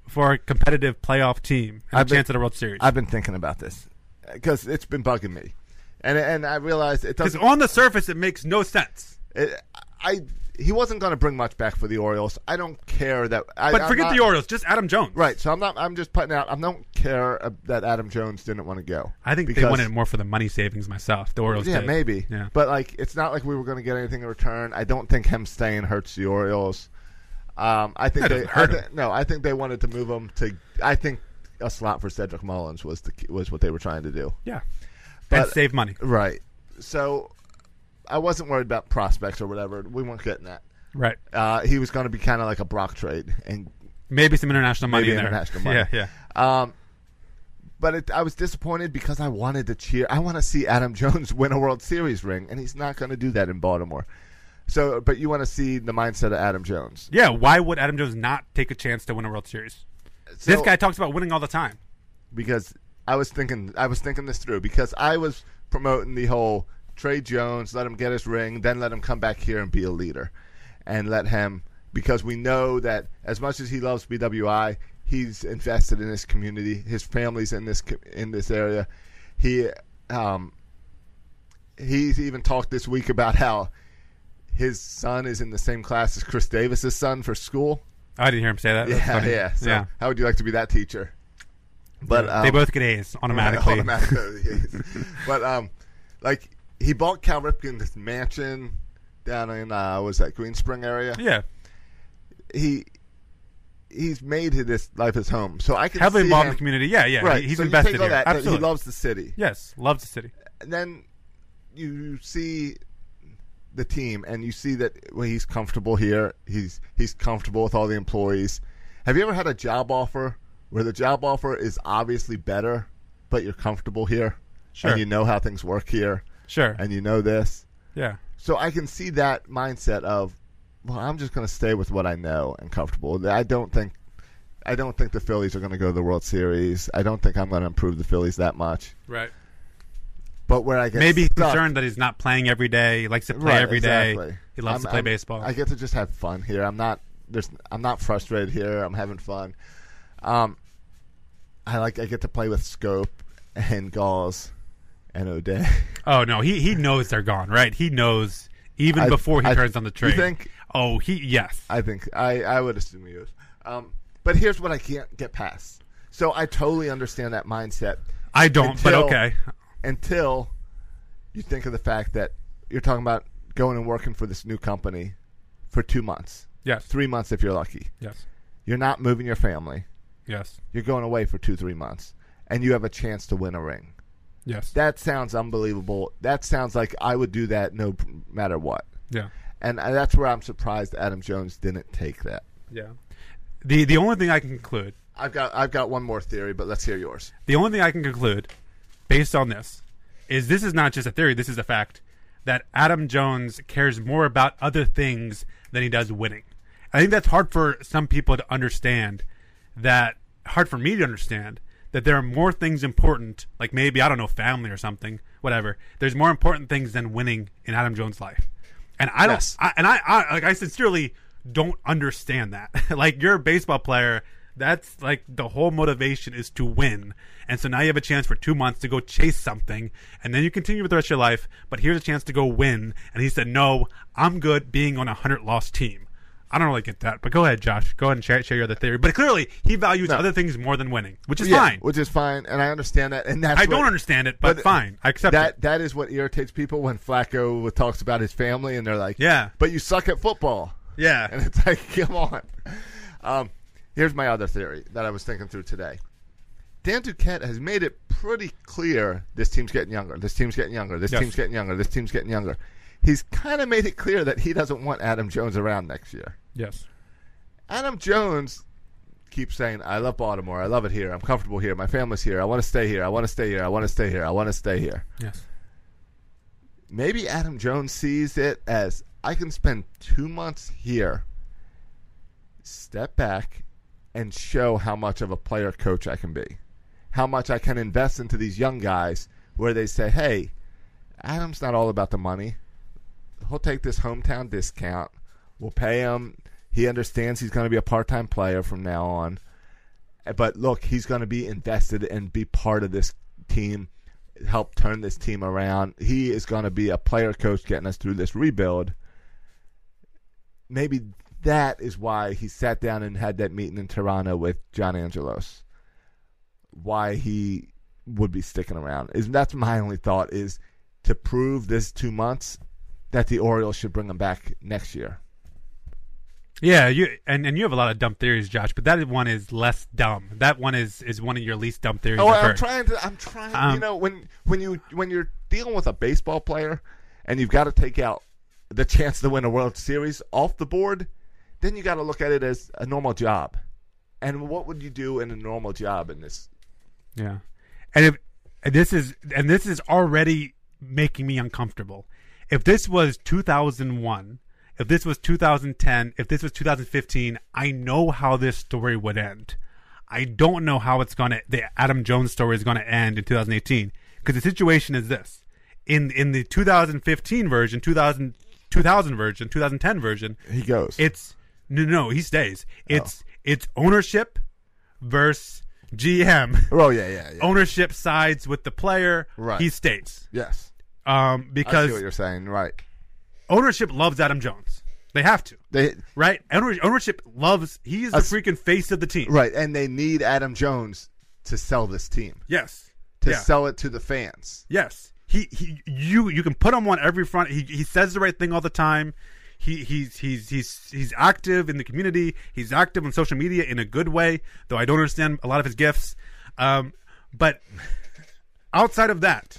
E: for a competitive playoff team and a
C: I've been-
E: chance at a World Series?
C: I've been thinking about this because it's been bugging me, and and I realized it
E: Because
C: doesn't.
E: on the surface, it makes no sense.
C: It, I he wasn't going to bring much back for the Orioles. I don't care that. I,
E: But
C: I'm
E: forget
C: not-
E: the Orioles, just Adam Jones.
C: Right, so I'm not. I'm just putting out. I don't care uh, that Adam Jones didn't want to go.
E: I think they
C: because-
E: wanted it more for the money savings myself. The Orioles
C: Yeah,
E: did.
C: maybe.
E: Yeah.
C: But like, it's not like we were going to get anything in return. I don't think him staying hurts the Orioles. Um, I think
E: That
C: they.
E: doesn't hurt
C: I thi-
E: him.
C: no, I think they wanted to move him to. I think a slot for Cedric Mullins was the was what they were trying to do.
E: yeah. and
C: But-
E: save money.
C: Right. So I wasn't worried about prospects or whatever. We weren't getting that.
E: Right.
C: Uh, he was going to be kind of like a Brock trade, and
E: Maybe some international money
C: Maybe
E: in there.
C: international money.
E: Yeah, yeah.
C: um, but it, I was disappointed because I wanted to cheer. I want to see Adam Jones win a World Series ring, and he's not going to do that in Baltimore. So, but you want to see the mindset of Adam Jones.
E: Yeah, why would Adam Jones not take a chance to win a World Series?
C: So-
E: this guy talks about winning all the time.
C: because I was thinking I was thinking this through because I was promoting the whole trade Jones, let him get his ring, then let him come back here and be a leader, and let him because we know that as much as he loves BWI, he's invested in this community, his family's in this co- in this area. He um, he's even talked this week about how his son is in the same class as Chris Davis's son for school.
E: Oh, I didn't hear him say that. That's
C: Yeah,
E: funny.
C: yeah. So
E: yeah.
C: how would you like to be that teacher? But um,
E: they both get A's automatically.
C: Automatically. but um, like he bought Cal Ripken's mansion down in uh, was that Green Spring area.
E: Yeah.
C: He he's made this life his home, so I can
E: Heavily
C: see
E: involved in
C: him-
E: the community. Yeah, yeah.
C: Right,
E: He- He's
C: so you take
E: invested
C: all
E: here.
C: that, that
E: Absolutely.
C: he loves the city.
E: yes, loves the city.
C: And then you see the team, and you see that well, he's comfortable here. He's he's comfortable with all the employees. Have you ever had a job offer where the job offer is obviously better, but you're comfortable here,
E: Sure.
C: and you know how things work here,
E: Sure.
C: and you know this?
E: yeah.
C: So I can see that mindset of, well, I'm just going to stay with what I know and comfortable. I don't think, I don't think the Phillies are going to go to the World Series. I don't think I'm going to improve the Phillies that much.
E: Right.
C: But where I get
E: Maybe he's
C: stuck,
E: concerned that he's not playing every day. He likes to play
C: Right,
E: every day.
C: exactly.
E: He loves
C: I'm-
E: to play
C: I'm-
E: baseball.
C: I get to just have fun here. I'm not there's I'm not frustrated here. I'm having fun. Um, I like I get to play with Scope and Galls and O'Day.
E: oh no, he he knows they're gone, right? He knows even
C: I-
E: before he
C: I-
E: turns on the
C: you
E: trade.
C: think?
E: Oh, he yes.
C: I think I I would assume he is. Um, But here's what I can't get past. So I totally understand that mindset.
E: I don't, but okay.
C: Until you think of the fact that you're talking about going and working for this new company for two months.
E: Yes.
C: Three months if you're lucky.
E: Yes.
C: You're not moving your family.
E: Yes.
C: You're going away for two, three months. And you have a chance to win a ring.
E: Yes.
C: That sounds unbelievable. That sounds like I would do that no matter what.
E: Yeah.
C: And uh, that's where I'm surprised Adam Jones didn't take that.
E: Yeah. The the only thing I can conclude
C: I've got I've got one more theory, but let's hear yours.
E: the only thing I can conclude based on this is this is not just a theory, this is a fact that Adam Jones cares more about other things than he does winning. I think that's hard for some people to understand that hard for me to understand that there are more things important, like maybe I don't know family or something, whatever. There's more important things than winning in Adam Jones' life. And I don't
C: Yes.
E: I, and I, I like I sincerely don't understand that. like you're a baseball player, that's like the whole motivation is to win. And so now you have a chance for two months to go chase something, and then you continue with the rest of your life. But here's a chance to go win. And he said, "No, I'm good being on a hundred loss team." I don't really get that, but go ahead, Josh. Go ahead and share, share your other theory. But clearly, he values other things more than winning, which is
C: Yeah,
E: fine.
C: Which is fine, and I understand that. And that's
E: I
C: what-
E: don't understand it, but, fine, I accept
C: that.
E: it.
C: That is what irritates people when Flacco talks about his family, and they're like,
E: Yeah.
C: but you suck at football."
E: Yeah.
C: and it's like, come on. Um, here's my other theory that I was thinking through today. Dan Duquette has made it pretty clear this team's getting younger. This team's getting younger. This
E: Yes.
C: team's getting younger. This team's getting younger. He's kind of made it clear that he doesn't want Adam Jones around next year.
E: Yes.
C: Adam Jones keeps saying, I love Baltimore. I love it here. I'm comfortable here. My family's here. I want to stay here. I want to stay here. I want to stay here. I want to stay here.
E: Yes.
C: Maybe Adam Jones sees it as I can spend two months here, step back, and show how much of a player coach I can be, how much I can invest into these young guys where they say, hey, Adam's not all about the money. He'll take this hometown discount. We'll pay him. He understands he's going to be a part time player from now on. But look, he's going to be invested and be part of this team, help turn this team around. He is going to be a player coach getting us through this rebuild. Maybe that is why he sat down and had that meeting in Toronto with John Angelos. Why he would be sticking around is that's my only thought is to prove this two months that the Orioles should bring him back next year.
E: Yeah, you and, and you have a lot of dumb theories, Josh, but that one is less dumb. That one is is one of your least dumb theories.
C: Oh,
E: I've
C: I'm
E: heard.
C: trying to. I'm trying.
E: Um,
C: you know, when when you when you're dealing with a baseball player, and you've got to take out the chance to win a World Series off the board, then you got to look at it as a normal job. And what would you do in a normal job in this?
E: Yeah, and if and this is and this is already making me uncomfortable. If this was 2001, if this was 2010, if this was 2015, I know how this story would end. I don't know how it's gonna the Adam Jones story is gonna end in 2018 because the situation is this in in the 2015 version, 2000, 2000 version, 2010 version,
C: He goes. Oh.
E: It's no, no, he stays. It's it's ownership versus GM.
C: oh yeah, yeah, yeah.
E: Ownership sides with the player.
C: Right.
E: He stays
C: yes,
E: um,
C: I see
E: because
C: what you're saying. Right.
E: ownership loves Adam Jones. They have to,
C: They
E: right? Owner- Ownership loves. He is the
C: Us-
E: freaking face of the team.
C: right, and they need Adam Jones to sell this team
E: Yes.
C: to
E: Yeah.
C: sell it to the fans.
E: Yes, he, he you you can put him on every front. He he says the right thing all the time. He he's he's he's he's active in the community. He's active on social media in a good way, though I don't understand a lot of his gifts. Um, but outside of that,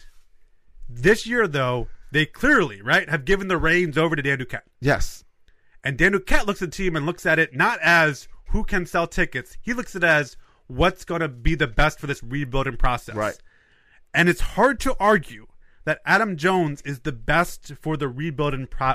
E: this year though they clearly right have given the reins over to Dan Duquette,
C: Yes.
E: and Dan Duquette looks at the team and looks at it not as who can sell tickets. He looks at it as what's going to be the best for this rebuilding process.
C: Right.
E: And it's hard to argue that Adam Jones is the best for the rebuilding pro-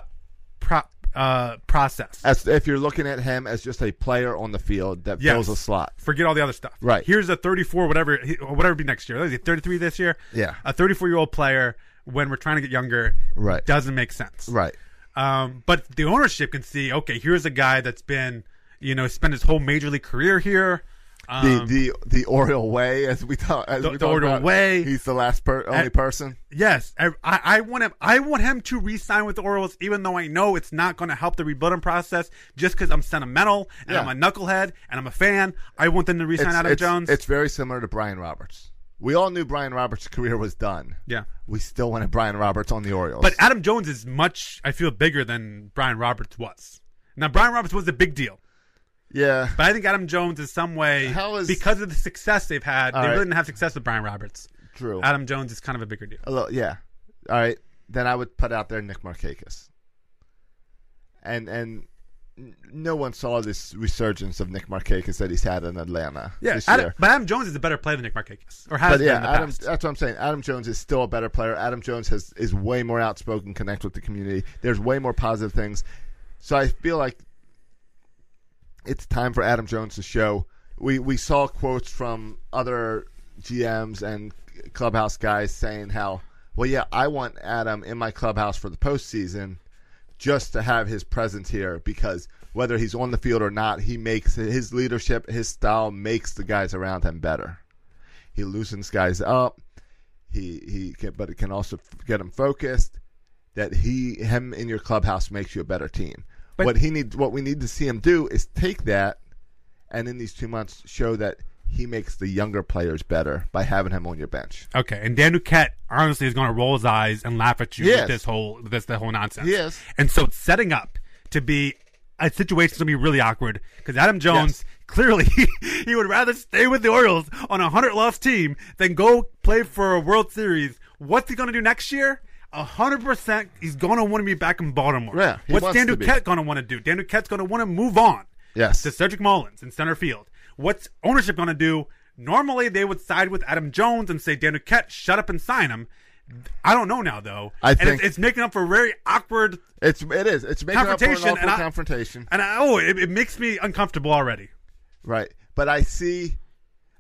E: pro- uh, process.
C: As if you're looking at him as just a player on the field that
E: Yes.
C: fills a slot.
E: Forget all the other stuff.
C: Right.
E: Here's a 34, whatever, whatever it'd be next year. What is he, 33 this year?
C: Yeah.
E: A 34 year old player when we're trying to get younger.
C: Right.
E: Doesn't make sense.
C: Right.
E: Um, but the ownership can see, okay, here's a guy that's been, you know, spent his whole major league career here.
C: the
E: Um,
C: the the Oriole way, as we talk, as
E: The-
C: we
E: the
C: talk
E: Oriole
C: about,
E: way.
C: He's the last per- only
E: And-
C: person.
E: Yes, I, I I want him. I want him to re-sign with the Orioles, even though I know it's not going to help the rebuilding process. Just because I'm sentimental and
C: Yeah.
E: I'm a knucklehead and I'm a fan, I want them to re-sign Adam Jones.
C: It's very similar to Brian Roberts. We all knew Brian Roberts' career was done.
E: yeah,
C: We still wanted Brian Roberts on the Orioles.
E: but Adam Jones is much. I feel bigger than Brian Roberts was. Now Brian Roberts was a big deal,
C: yeah,
E: but I think Adam Jones is some way
C: How is-
E: because of the success they've had.
C: All
E: they
C: right.
E: really didn't have success with Brian Roberts.
C: Drew.
E: Adam Jones is kind of a bigger deal.
C: A little, yeah. All right. Then I would put out there Nick Markakis. And and n- no one saw this resurgence of Nick Markakis that he's had in Atlanta
E: Yeah,
C: this
E: Adam,
C: year.
E: but Adam Jones is a better player than Nick Markakis, or has
C: But
E: been
C: yeah,
E: in the
C: Adam,
E: past.
C: that's what I'm saying. Adam Jones is still a better player. Adam Jones has is way more outspoken, connect with the community. There's way more positive things. So I feel like it's time for Adam Jones to show. We we saw quotes from other GMs and clubhouse guys saying how, well, yeah, I want Adam in my clubhouse for the postseason, just to have his presence here because whether he's on the field or not, he makes his leadership, his style makes the guys around him better. He loosens guys up. He he, can, but it can also f- get him focused. That he him in your clubhouse makes you a better team.
E: But-
C: what he need, what we need to see him do is take that, and in these two months, show that he makes the younger players better by having him on your bench.
E: Okay, and Dan Duquette honestly is going to roll his eyes and laugh at you
C: Yes.
E: with this whole this the whole nonsense.
C: Yes.
E: and so it's setting up to be a situation that's going to be really awkward because Adam Jones clearly he would rather stay with the Orioles on a hundred loss team than go play for a World Series. What's he going to do next year? A hundred percent, he's going to want to be back in Baltimore.
C: Yeah, he
E: what's
C: wants
E: Dan
C: to be.
E: Duquette going to want to do? Dan Duquette's going to want to move on.
C: Yes.
E: to Cedric Mullins in center field. What's ownership going to do? Normally, they would side with Adam Jones and say, Dan Duquette, shut up and sign him. I don't know now, though.
C: I
E: and
C: think-
E: it's, it's making up for a very awkward
C: It's it is it's making up for an
E: confrontation.
C: awful
E: and I-
C: confrontation.
E: And I, oh, it, it makes me uncomfortable already.
C: Right. But I see,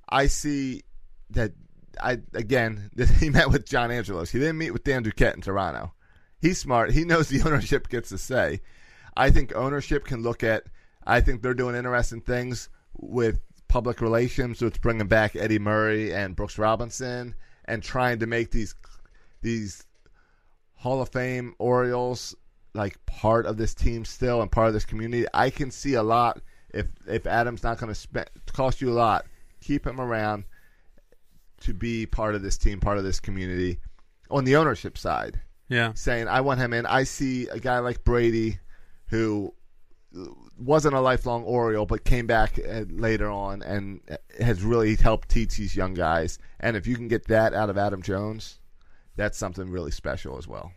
C: I see that I again that he met with John Angelos. He didn't meet with Dan Duquette in Toronto. He's smart. He knows the ownership gets a say. I think ownership can look at. I think they're doing interesting things with public relations. So it's bringing back Eddie Murray and Brooks Robinson and trying to make these these Hall of Fame Orioles like part of this team still and part of this community. I can see a lot if if Adam's not going to spend cost you a lot, keep him around to be part of this team, part of this community on the ownership side.
E: Yeah.
C: Saying I want him in. I see a guy like Brady who wasn't a lifelong Oriole, but came back uh, later on and uh, has really helped teach these young guys. And if you can get that out of Adam Jones, that's something really special as well.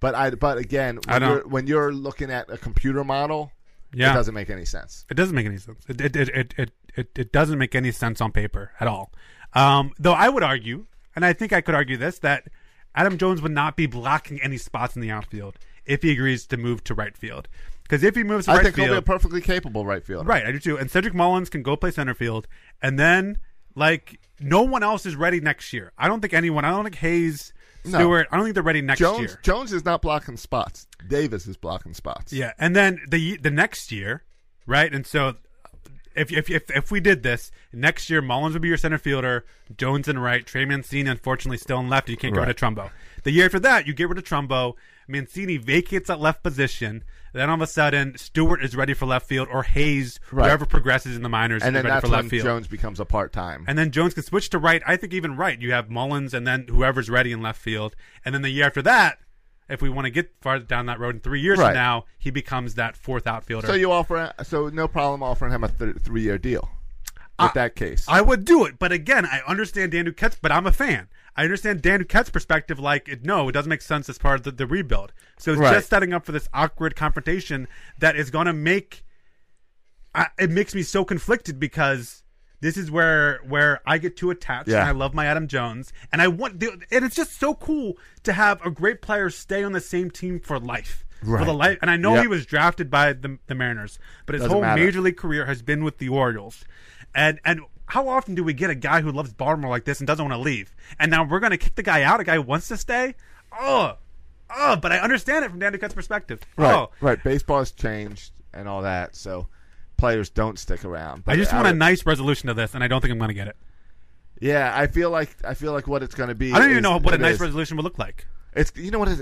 C: But I, but again,
E: I
C: when,
E: don't-
C: you're, when you're looking at a computer model,
E: Yeah.
C: it doesn't make any sense.
E: It doesn't make any sense. It it, it, it, it, it it doesn't make any sense on paper at all. Um, though I would argue, and I think I could argue this, that Adam Jones would not be blocking any spots in the outfield if he agrees to move to right field. Because if he moves to
C: I
E: right
C: think he'll be a
E: field,
C: perfectly capable right fielder.
E: right, I do too. And Cedric Mullins can go play center field, and then like no one else is ready next year. I don't think anyone. I don't think Hayes,
C: No.
E: Stewart. I don't think they're ready next
C: Jones
E: year.
C: Jones is not blocking spots. Davis is blocking spots.
E: Yeah, and then the the next year, right? And so if if if, if we did this next year, Mullins would be your center fielder, Jones and right, Trey Mancini unfortunately still in left. You can't get rid of Trumbo. The year after that, you get rid of Trumbo. Mancini vacates that left position. Then all of a sudden, Stewart is ready for left field, or Hayes,
C: Right.
E: whoever progresses in the minors,
C: and
E: is
C: then
E: ready
C: that's
E: for left
C: when
E: field.
C: Jones becomes a part time.
E: And then Jones can switch to right. I think even right, you have Mullins and then whoever's ready in left field. And then the year after that, if we want to get farther down that road in three years
C: Right.
E: from now, he becomes that fourth outfielder.
C: So you offer, so no problem offering him a th- three-year deal. With that case,
E: I would do it, but again, I understand Dan Duquette's, but I'm a fan. I understand Dan Duquette's perspective. Like, it, no, it doesn't make sense as part of the, the rebuild. So it's
C: Right.
E: just setting up for this awkward confrontation that is going to make. I, it makes me so conflicted because this is where where I get too attached.
C: Yeah.
E: And I love my Adam Jones, and I want, the, and it's just so cool to have a great player stay on the same team for life. For
C: Right.
E: the life, and I know
C: Yep.
E: he was drafted by the, the Mariners, but his
C: Doesn't
E: whole
C: matter.
E: major league career has been with the Orioles, and and how often do we get a guy who loves Baltimore like this and doesn't want to leave? And now we're going to kick the guy out. A guy who wants to stay. Oh, oh, but I understand it from Dan Duquette's perspective.
C: right,
E: Oh.
C: right. Baseball has changed and all that. So, players don't stick around.
E: I just want a
C: would-
E: nice resolution to this, and I don't think I'm going to get it.
C: Yeah, I feel like I feel like what it's going to be.
E: I don't even
C: is-
E: know what a
C: it
E: nice
C: is-
E: resolution would look like.
C: It's you know what it,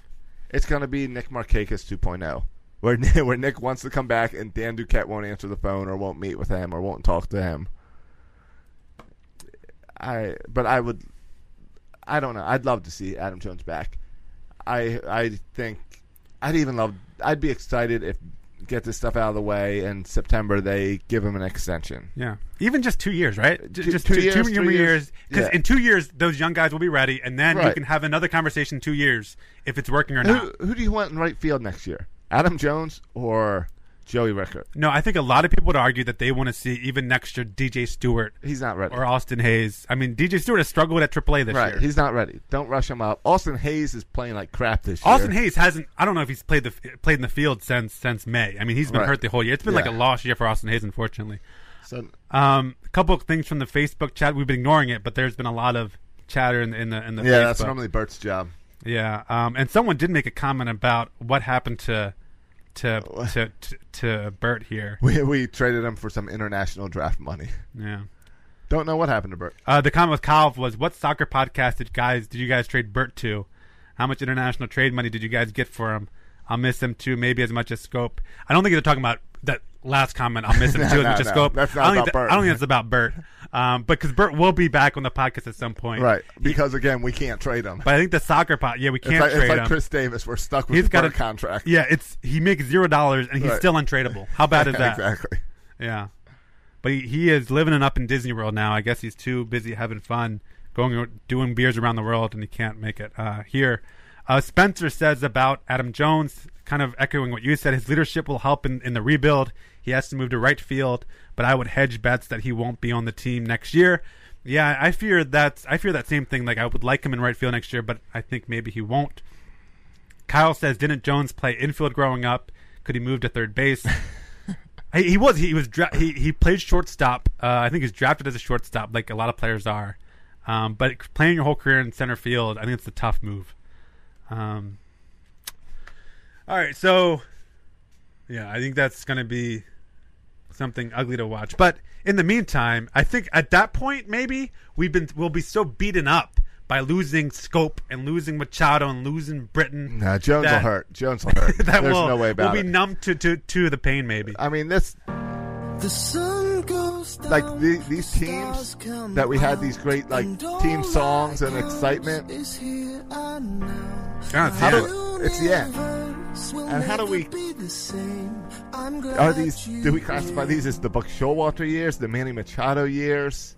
C: it's going to be Nick Markakis 2.0, where where Nick wants to come back and Dan Duquette won't answer the phone or won't meet with him or won't talk to him. I but I would, I don't know. I'd love to see Adam Jones back. I I think I'd even love. I'd be excited if get this stuff out of the way in September they give him an extension.
E: Yeah, even just two years, right? J-
C: Two-
E: just
C: two
E: two,
C: years,
E: two more
C: three years.
E: years, because
C: Yeah.
E: in two years those young guys will be ready, and then you
C: Right.
E: can have another conversation in two years if it's working or not.
C: Who, who do you want in right field next year? Adam Jones or Joey Rickert?
E: No, I think a lot of people would argue that they want to see even next year DJ Stewart
C: He's not ready.
E: or Austin Hayes. I mean, DJ Stewart has struggled at AAA this
C: right,
E: year.
C: he's not ready. Don't rush him up. Austin Hayes is playing like crap this year.
E: Austin Hayes hasn't. I don't know if he's played the played in the field since since May. I mean, he's been
C: Right.
E: hurt the whole year. It's been like
C: Yeah.
E: a lost year for Austin Hayes, unfortunately.
C: So,
E: Um, a couple of things from the Facebook chat. We've been ignoring it, but there's been a lot of chatter in the in the, in the
C: yeah, that's
E: Facebook.
C: normally Bert's job.
E: Yeah, um, and someone did make a comment about what happened to to to to, to Bert here.
C: We, we traded him for some international draft money.
E: Yeah.
C: Don't know what happened to Bert.
E: Uh, the comment with Kyle was, "What soccer podcast did guys did you guys trade Bert to? How much international trade money did you guys get for him? I'll miss him too, maybe as much as Scope. I don't think they're talking about that last comment. I'll miss him
C: No,
E: too as
C: no,
E: much as
C: no.
E: Scope.
C: That's
E: I
C: not
E: don't
C: about
E: think
C: Bert.
E: I don't think that's about Bert, um, but because Bert will be back on the podcast at some point,
C: Right, because again, we can't trade him.
E: But I think the soccer pod, yeah, we can't
C: it's like,
E: trade
C: it's like
E: him.
C: Chris Davis. We're stuck with
E: He's
C: the
E: got
C: Bert
E: a
C: contract.
E: Yeah, it's he makes zero dollars and he's
C: Right.
E: still untradeable. How bad is that?
C: exactly.
E: Yeah, but he, he is living it up in Disney World now. I guess he's too busy having fun, going doing beers around the world, and he can't make it uh, here. Uh, Spencer says about Adam Jones, kind of echoing what you said. His leadership will help in, in the rebuild. He has to move to right field, but I would hedge bets that he won't be on the team next year. Yeah, I fear that's I fear that same thing. Like I would like him in right field next year, but I think maybe he won't. Kyle says, "Didn't Jones play infield growing up? Could he move to third base?" he, he was. He was. Dra- he he played shortstop. Uh, I think he's drafted as a shortstop, like a lot of players are. Um, but playing your whole career in center field, I think it's a tough move. Um, all right, so yeah, I think that's going to be something ugly to watch. But in the meantime, I think at that point maybe we've been we'll be so beaten up by losing Scope and losing Machado and losing Britain.
C: No, Jones
E: that-
C: will hurt. Jones will hurt.
E: That
C: There's
E: will,
C: no way about
E: we'll be
C: it. Uh,
E: numb to, to to the pain maybe.
C: I mean, this
F: The sun goes down.
C: like the, these teams that we had these great like team songs and excitement. How do it's the end? And how do we? Are these? Do we classify these as the Buck Showalter years, the Manny Machado years,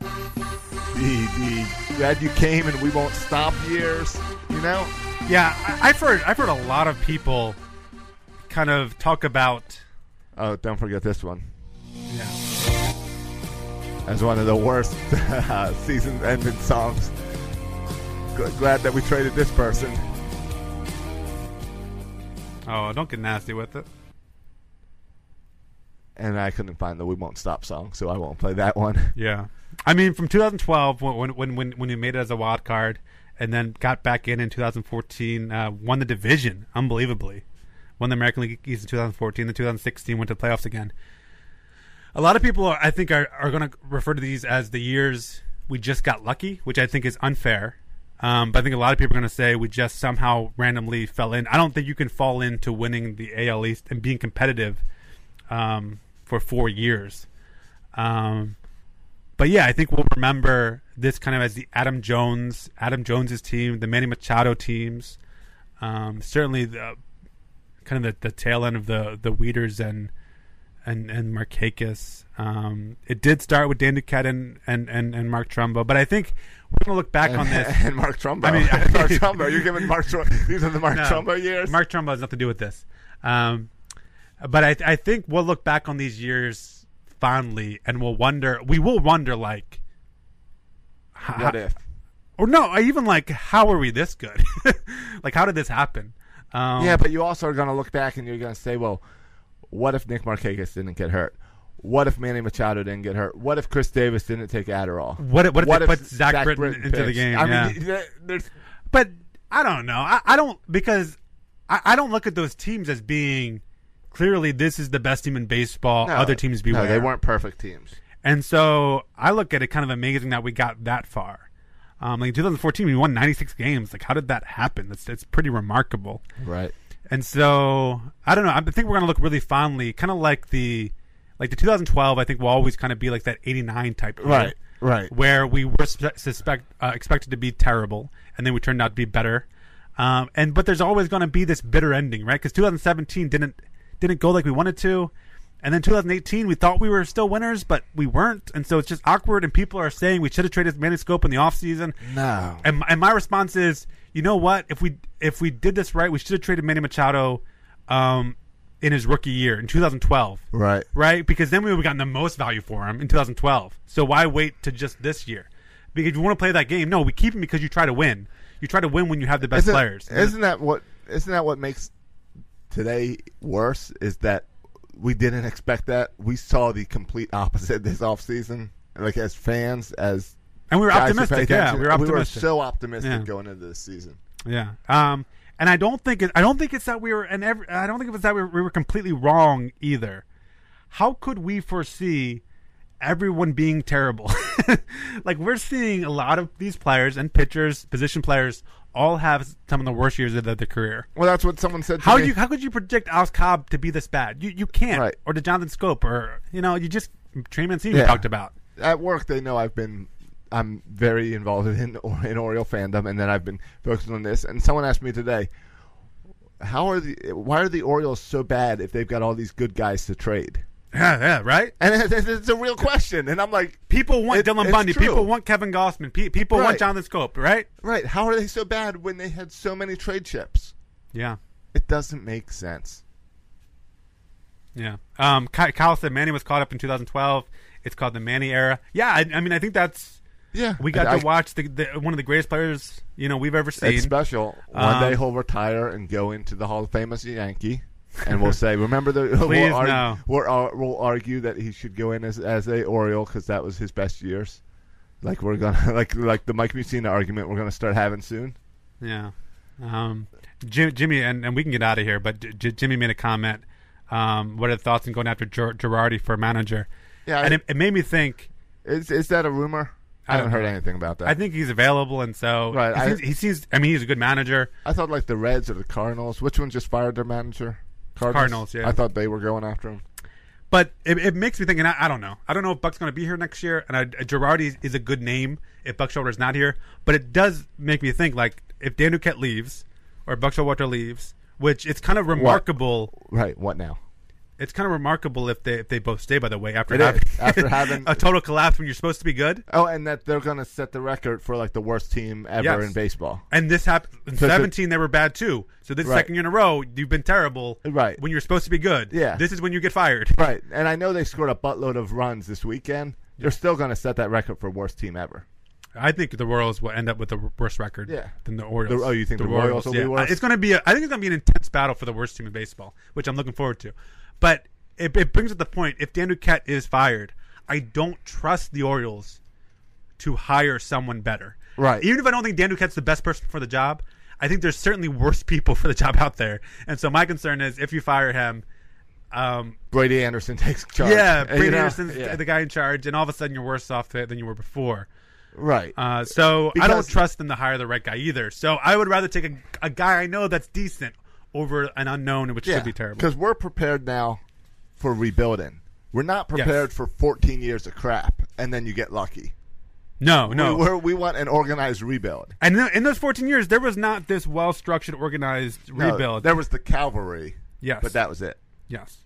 C: the the glad you came and we won't stop years? You know,
E: Yeah, I, I've heard I've heard a lot of people kind of talk about
C: Oh, don't forget this one.
E: Yeah.
C: As one of the worst season ending songs. Gl- Glad that we traded this person.
E: oh, don't get nasty with it.
C: And I couldn't find the We Won't Stop song, so I won't play that one.
E: Yeah, I mean from 2012 when when when when, when you made it as a wild card and then got back in in 2014, uh, won the division unbelievably, won the American League East in 2014, then 2016 went to playoffs again. A lot of people, are, I think, are, are going to refer to these as the years we just got lucky, which I think is unfair. Um, but I think a lot of people are going to say we just somehow randomly fell in. I don't think you can fall into winning the AL East and being competitive um, for four years. Um, but yeah, I think we'll remember this kind of as the Adam Jones, Adam Jones's team, the Manny Machado teams. Um, certainly, the kind of the, the tail end of the the Weeders and and and Markakis. Um, it did start with Dan Duquette and and and, and Mark Trumbo, but I think we're gonna look back on this.
C: and Mark Trumbo.
E: I mean, I-
C: Mark Trumbo. You're giving Mark Trumbo. These are the Mark
E: No,
C: Trumbo years.
E: Mark Trumbo has nothing to do with this. Um, but I, I think we'll look back on these years fondly, and we'll wonder. We will wonder, like, h-
C: What
E: h-
C: if?
E: or no, I even like, how are we this good? like, how did this happen? Um,
C: Yeah, but you also are going to look back and you're going to say, well, what if Nick Markakis didn't get hurt? What if Manny Machado didn't get hurt? What if Chris Davis didn't take Adderall?
E: What if- what if they put Zach Britton into the
C: pitched?
E: game?
C: I
E: Yeah.
C: mean, th- there's
E: but I don't know. I, I don't because I, I don't look at those teams as being clearly this is the best team in baseball.
C: No,
E: Other teams beware.
C: No, they weren't perfect teams.
E: And so I look at it kind of amazing that we got that far. Um, like in 2014, we won 96 games. Like, how did that happen? That's it's pretty remarkable.
C: Right.
E: And so I don't know. I think we're gonna look really fondly, kind of like the like the 2012. I think will always kind of be like that 89 type. year,
C: Right, right.
E: Where we were suspe- suspect uh, expected to be terrible, and then we turned out to be better. Um, and but there's always gonna be this bitter ending, right? Because 2017 didn't didn't go like we wanted to. And then 2018, we thought we were still winners, but we weren't. And so it's just awkward. And people are saying we should have traded Maniscope in the offseason.
C: No.
E: And, my- and my response is, you know what? If we if we did this right, we should have traded Manny Machado um, in his rookie year in 2012,
C: Right.
E: right? Because then we would have gotten the most value for him in 2012. So why wait to just this year? Because you want to play that game. No, we keep him because you try to win. You try to win when you have the best
C: isn't,
E: players.
C: Isn't that what? Isn't that what makes today worse? Is that we didn't expect that. We saw the complete opposite this offseason. Like as fans, as
E: And we were
C: guys who pay
E: optimistic, yeah,
C: attention,
E: we were optimistic.
C: so optimistic
E: Yeah.
C: going into this season.
E: Yeah. Um, and I don't think it, I don't think it's that we were and every, I don't think it was that we were, we were completely wrong either. How could we foresee everyone being terrible? like we're seeing a lot of these players and pitchers, position players, all have some of the worst years of their, their career.
C: Well, that's what someone said. To
E: How
C: me.
E: do you how could you predict Alex Cobb to be this bad? You you can't.
C: Right.
E: Or to Jonathan Scope or you know you just Trey Mancini
C: Yeah.
E: talked about.
C: at work they know I've been I'm very involved in in Oriole fandom, and then I've been focusing on this. And someone asked me today, how are the why are the Orioles so bad if they've got all these good guys to trade?
E: Yeah, yeah, right.
C: And it's, it's- it's a real question. And I'm like,
E: People want
C: it-
E: Dylan
C: it's
E: Bundy.
C: true.
E: People want Kevin Gossman. Pe- people
C: Right.
E: want Jonathan Scope. Right?
C: right? How are they so bad when they had so many trade chips?
E: Yeah.
C: It doesn't make sense.
E: Yeah. Um, Ky- Kyle said Manny was caught up in 2012. It's called the Manny era. Yeah, I, I mean, I think that's
C: Yeah,
E: we got
C: I-
E: to watch the, the one of the greatest players you know we've ever seen.
C: It's special. One
E: Um,
C: day he'll retire and go into the Hall of Fame as a Yankee, and we'll say, "Remember the."
E: Please,
C: we'll, argue,
E: no.
C: we'll, ar- we'll argue that he should go in as as a Oriole because that was his best years. Like we're gonna like like the Mike Mussina argument we're gonna start having soon.
E: Yeah. Um, Jim, Jimmy, and, and we can get out of here, but J- J- Jimmy made a comment. Um, what are the thoughts on going after Ger- Girardi for manager?
C: Yeah, I-
E: and it, it made me think.
C: Is is that a rumor? I,
E: I
C: haven't
E: don't
C: heard
E: know.
C: anything about that.
E: I think he's available, and so
C: Right,
E: he,
C: I-
E: seems, he seems. I mean, he's a good manager.
C: I thought like the Reds or the Cardinals. Which one just fired their manager?
E: Cardinals, yeah.
C: I thought they were going after him.
E: But it, it makes me think, and I, I don't know. I don't know if Buck's going to be here next year, and I, Girardi is, is a good name if Buck Showalter's not here. But it does make me think, like, if Dan Duquette leaves or Buck Showalter leaves, which it's kind of remarkable.
C: Right. What now?
E: It's kind of remarkable if they if they both stay. By the way, after
C: It
E: having,
C: is. After having-
E: a total collapse when you're supposed to be good,
C: Oh, and that they're gonna set the record for like the worst team ever
E: Yes.
C: in baseball.
E: and this happened in
C: So the-
E: 17, they were bad too. So this
C: Right.
E: second year in a row, you've been terrible.
C: Right.
E: when you're supposed to be good.
C: Yeah.
E: this is when you get fired.
C: Right, and I know they scored a buttload of runs this weekend. They're still going to set that record for worst team ever.
E: I think the Royals will end up with a worse record
C: Yeah.
E: than the Orioles.
C: The- oh, you think the Royals will be worse?
E: Uh, It's going to be. A, I think it's going to be an intense battle for the worst team in baseball, which I'm looking forward to. But it, it brings up the point: if Dan Duquette is fired, I don't trust the Orioles to hire someone better.
C: Right.
E: Even if I don't think Dan Duquette's the best person for the job, I think there's certainly worse people for the job out there. And so my concern is if you fire him. Um,
C: Brady Anderson takes charge.
E: yeah,
C: And,
E: Brady
C: you know,
E: Anderson's
C: yeah.
E: the guy in charge, and all of a sudden you're worse off than you were before.
C: Right.
E: Uh, so I don't
C: Because-
E: trust them to hire the right guy either. So I would rather take a, a guy I know that's decent over an unknown, which could be terrible.
C: Because we're prepared now for rebuilding. We're not prepared for 14 years of crap, and then you get lucky.
E: No, no.
C: We, we're, we want an organized rebuild.
E: and th- in those 14 years, there was not this well structured, organized
C: No,
E: rebuild.
C: Uh, There was the cavalry.
E: Yes.
C: But that was it.
E: yes.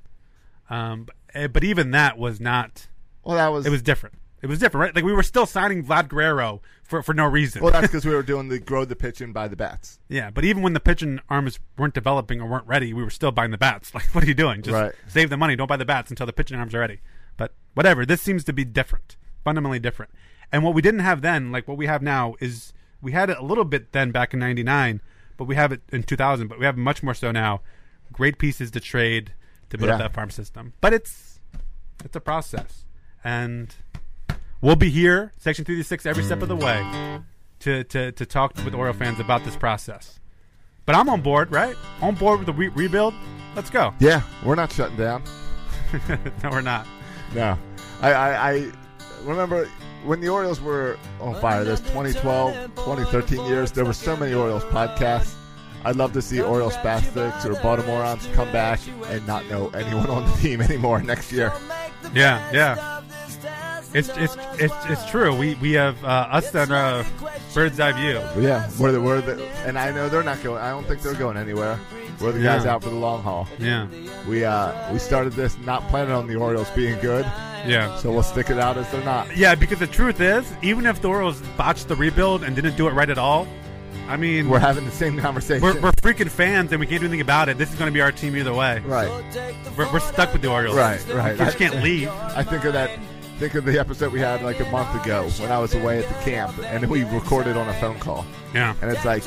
E: Um, b- eh, but even that was not.
C: Well, that was.
E: It was different. It was different, right? Like we were still signing Vlad Guerrero for, for no reason.
C: well, that's because we were doing the grow the pitch and buy the bats.
E: yeah, but even when the pitching arms weren't developing or weren't ready, we were still buying the bats. Like, what are you doing? Just
C: Right.
E: save the money. Don't buy the bats until the pitching arms are ready. But whatever. This seems to be different, fundamentally different. And what we didn't have then, like what we have now, is we had it a little bit then back in '99, but we have it in 2000. But we have much more so now. Great pieces to trade to build up
C: Yeah.
E: that farm system. But it's it's a process, and we'll be here, Section 36, every step of the way, to to to talk with Oriole fans about this process. But I'm on board, right? On board with the re- rebuild. Let's go.
C: Yeah, we're not shutting down.
E: no, we're not.
C: No, I, I, I remember when the Orioles were on fire. This 2012, 2013 years, there were so many Orioles podcasts. I'd love to see Orioles spastics or Baltimoreans come back and not know anyone on the team anymore next year.
E: Yeah, yeah. It's it's it's, it's true. We we have uh, us on uh, bird's eye view.
C: Yeah, we're the, we're the, and I know they're not going. I don't think they're going anywhere. We're the guys
E: Yeah.
C: out for the long haul.
E: Yeah,
C: We uh we started this not planning on the Orioles being good,
E: yeah.
C: so we'll stick it out as they're not.
E: Yeah, because the truth is, even if the Orioles botched the rebuild and didn't do it right at all, I mean,
C: We're
E: we're
C: having the same conversation.
E: we're, freaking fans and we can't do anything about it. This is going to be our team either way.
C: right,
E: We're, we're stuck with the Orioles.
C: right, right.
E: We just can't leave.
C: I think of that. Think of the episode we had like a month ago when I was away at the camp, and we recorded on a phone call.
E: Yeah.
C: And it's like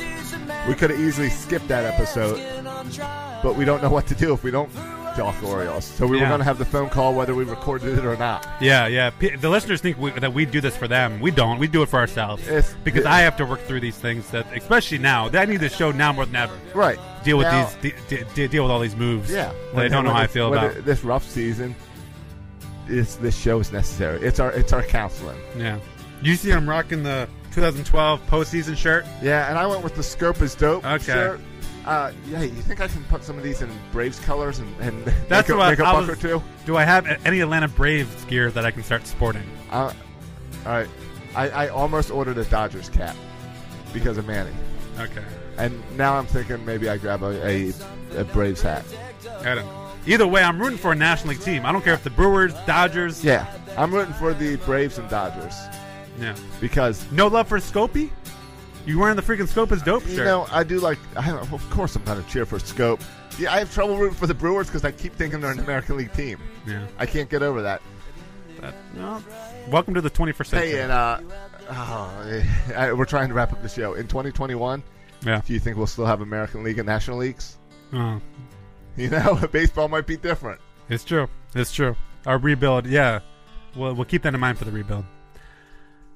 C: we could have easily skipped that episode, but we don't know what to do if we don't talk Orioles. So we were
E: Yeah.
C: going to have the phone call whether we recorded it or not.
E: Yeah, yeah. P- the listeners think we, that we do this for them. We don't. We do it for ourselves.
C: It's-
E: because I have to work through these things that, especially now, that I need this show now more than ever.
C: Right.
E: Deal with
C: Now-
E: these. De- de- deal with all these moves.
C: Yeah.
E: That I don't know how I feel
C: When
E: about.
C: it- this rough season. This this show is necessary. It's our it's our counseling.
E: yeah. You see, I'm rocking the 2012 postseason shirt.
C: Yeah, and I went with the scope is dope.
E: Okay.
C: shirt. Uh, yeah, you think I can put some of these in Braves colors and, and make
E: That's
C: a,
E: what
C: make a
E: I
C: buck
E: was-
C: or two?
E: Do I have a- any Atlanta Braves gear that I can start sporting?
C: Uh, all right. I, I almost ordered a Dodgers cap because of Manny.
E: Okay.
C: And now I'm thinking maybe I grab a, a, a Braves hat.
E: I don't know. Either way, I'm rooting for a National League team. I don't care if the Brewers, Dodgers.
C: Yeah, I'm rooting for the Braves and Dodgers
E: Yeah.
C: because,
E: No love for Scopey? You wearing the freaking Scope is dope shirt.
C: you know, I do like, I, of course, I'm going to cheer for Scope. Yeah, I have trouble rooting for the Brewers because I keep thinking they're an American League team.
E: yeah.
C: I can't get over that.
E: That- no. Welcome to the 21st century.
C: Hey, and uh, oh, eh, I, we're trying to wrap up the show. In 2021,
E: yeah.
C: do you think we'll still have American League and National Leagues?
E: Oh,
C: You know, baseball might be different.
E: it's true. It's true. Our rebuild, yeah. We'll, we'll keep that in mind for the rebuild.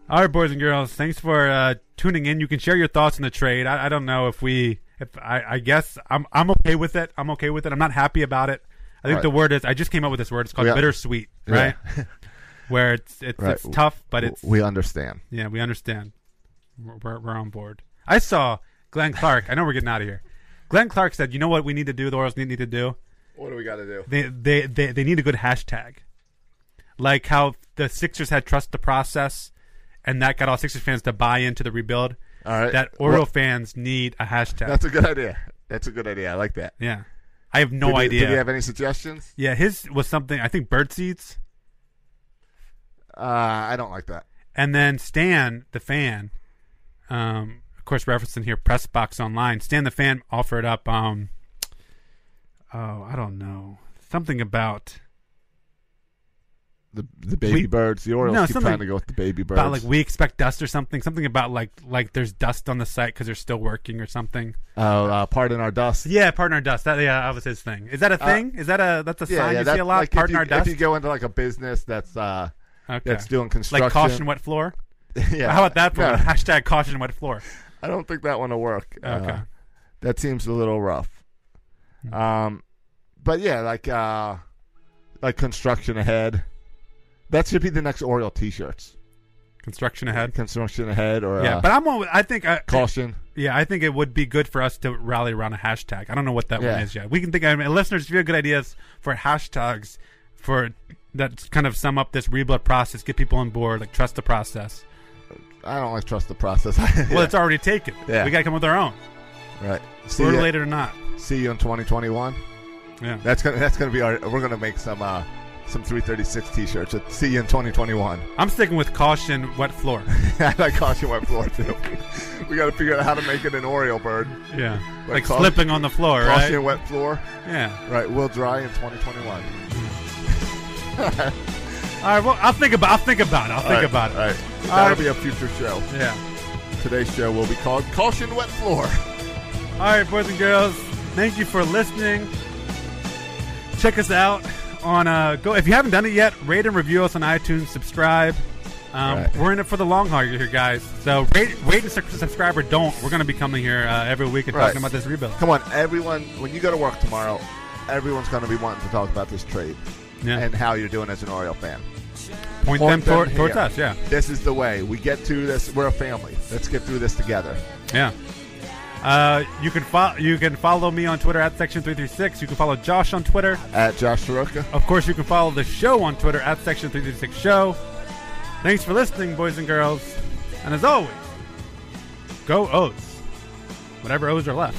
E: All right, boys and girls, thanks for uh, tuning in. You can share your thoughts on the trade. I, I don't know if we, if I, I guess I'm, I'm okay with it. I'm okay with it. I'm not happy about it. I think
C: Right.
E: the word is. I just came up with this word. It's called
C: Yeah.
E: bittersweet, right? Where it's it's,
C: Right.
E: it's tough, but
C: W-
E: it's
C: we understand.
E: yeah, we understand. We're, we're, we're on board. I saw Glenn Clark. I know we're getting out of here. Glenn Clark said, "You know what we need to do? The Orioles need, need to do."
C: What do we got to do?
E: they, they, they, they need a good hashtag. Like how the Sixers had trust the process, and that got all Sixers fans to buy into the rebuild.
C: All right.
E: That Oriole
C: Well-
E: fans need a hashtag.
C: That's a good idea. That's a good idea. I like that.
E: yeah, I have no
C: Did you-
E: idea.
C: Did you have any suggestions?
E: yeah, his was something I think bird seeds,
C: Uh, I don't like that.
E: and then Stan the fan, um, of course referencing here press box online. Stan the fan offered up, um, oh I don't know, something about
C: The the baby
E: We-
C: birds. The Orioles
E: No,
C: keep
E: something
C: trying to go with the baby birds.
E: about like we expect dust or something something about like like there's dust on the site because they're still working or something
C: oh, uh, pardon our dust.
E: yeah partner dust that yeah that was his thing is that a
C: Uh,
E: thing is that a that's a sign you
C: that-
E: see a lot
C: like, if
E: partner
C: you-
E: dust
C: If you go into like a business that's uh,
E: okay.
C: that's doing construction,
E: like caution wet floor
C: yeah.
E: how about that for
C: No,
E: hashtag caution wet floor
C: I don't think that one will work.
E: okay
C: Uh, that seems a little rough.
E: Hmm.
C: Um, but yeah, like uh, like construction ahead. That should be the next Oriole T-shirts.
E: construction ahead
C: Construction ahead, or
E: yeah
C: uh,
E: but i'm on i think I,
C: caution.
E: yeah i think it would be good for us to rally around a hashtag i don't know what that
C: Yeah.
E: one is yet we can think i mean listeners if you have good ideas for hashtags for that kind of sum up this rebuild process get people on board like trust the process
C: I don't like trust the process.
E: Well, it's already taken.
C: Yeah.
E: We got to come up with our own,
C: right. See
E: We're
C: you,
E: related or not.
C: see you in 2021.
E: Yeah.
C: That's gonna that's gonna be our. We're gonna make some uh some 336 T-shirts. But See you in 2021.
E: I'm sticking with caution, wet floor.
C: I like caution wet floor too. we got to figure out how to make it an Oriole bird.
E: Yeah.
C: Wet
E: like
C: caution-
E: slipping on the floor, right?
C: Caution wet floor.
E: Yeah.
C: Right. We'll dry in 2021.
E: All right. Well, I'll think about. I'll think about it. I'll think about it.
C: All right.
E: All
C: That'll
E: right.
C: be a future show.
E: Yeah.
C: Today's show will be called Caution Wet Floor.
E: All right, boys and girls. Thank you for listening. Check us out on uh go if you haven't done it yet. Rate and review us on iTunes. Subscribe. Um,
C: Right.
E: We're in it for the long haul here, guys. So rate, wait and su- subscribe or don't. We're going to be coming here uh, every week and
C: Right.
E: talking about this rebuild.
C: Come on, everyone. When you go to work tomorrow, everyone's going to be wanting to talk about this trade
E: Yeah.
C: and how you're doing as an Oriole fan.
E: Point, them, toward, towards
C: here.
E: us. Yeah.
C: This is the way we get through this. We're a family. Let's get through this together.
E: Yeah. Uh, you can follow you can follow me on Twitter at section three three six. You can follow Josh on Twitter.
C: At Josh Soroka.
E: Of course, you can follow the show on Twitter at section three three six show. Thanks for listening, boys and girls. And as always, go O's. Whatever O's are left.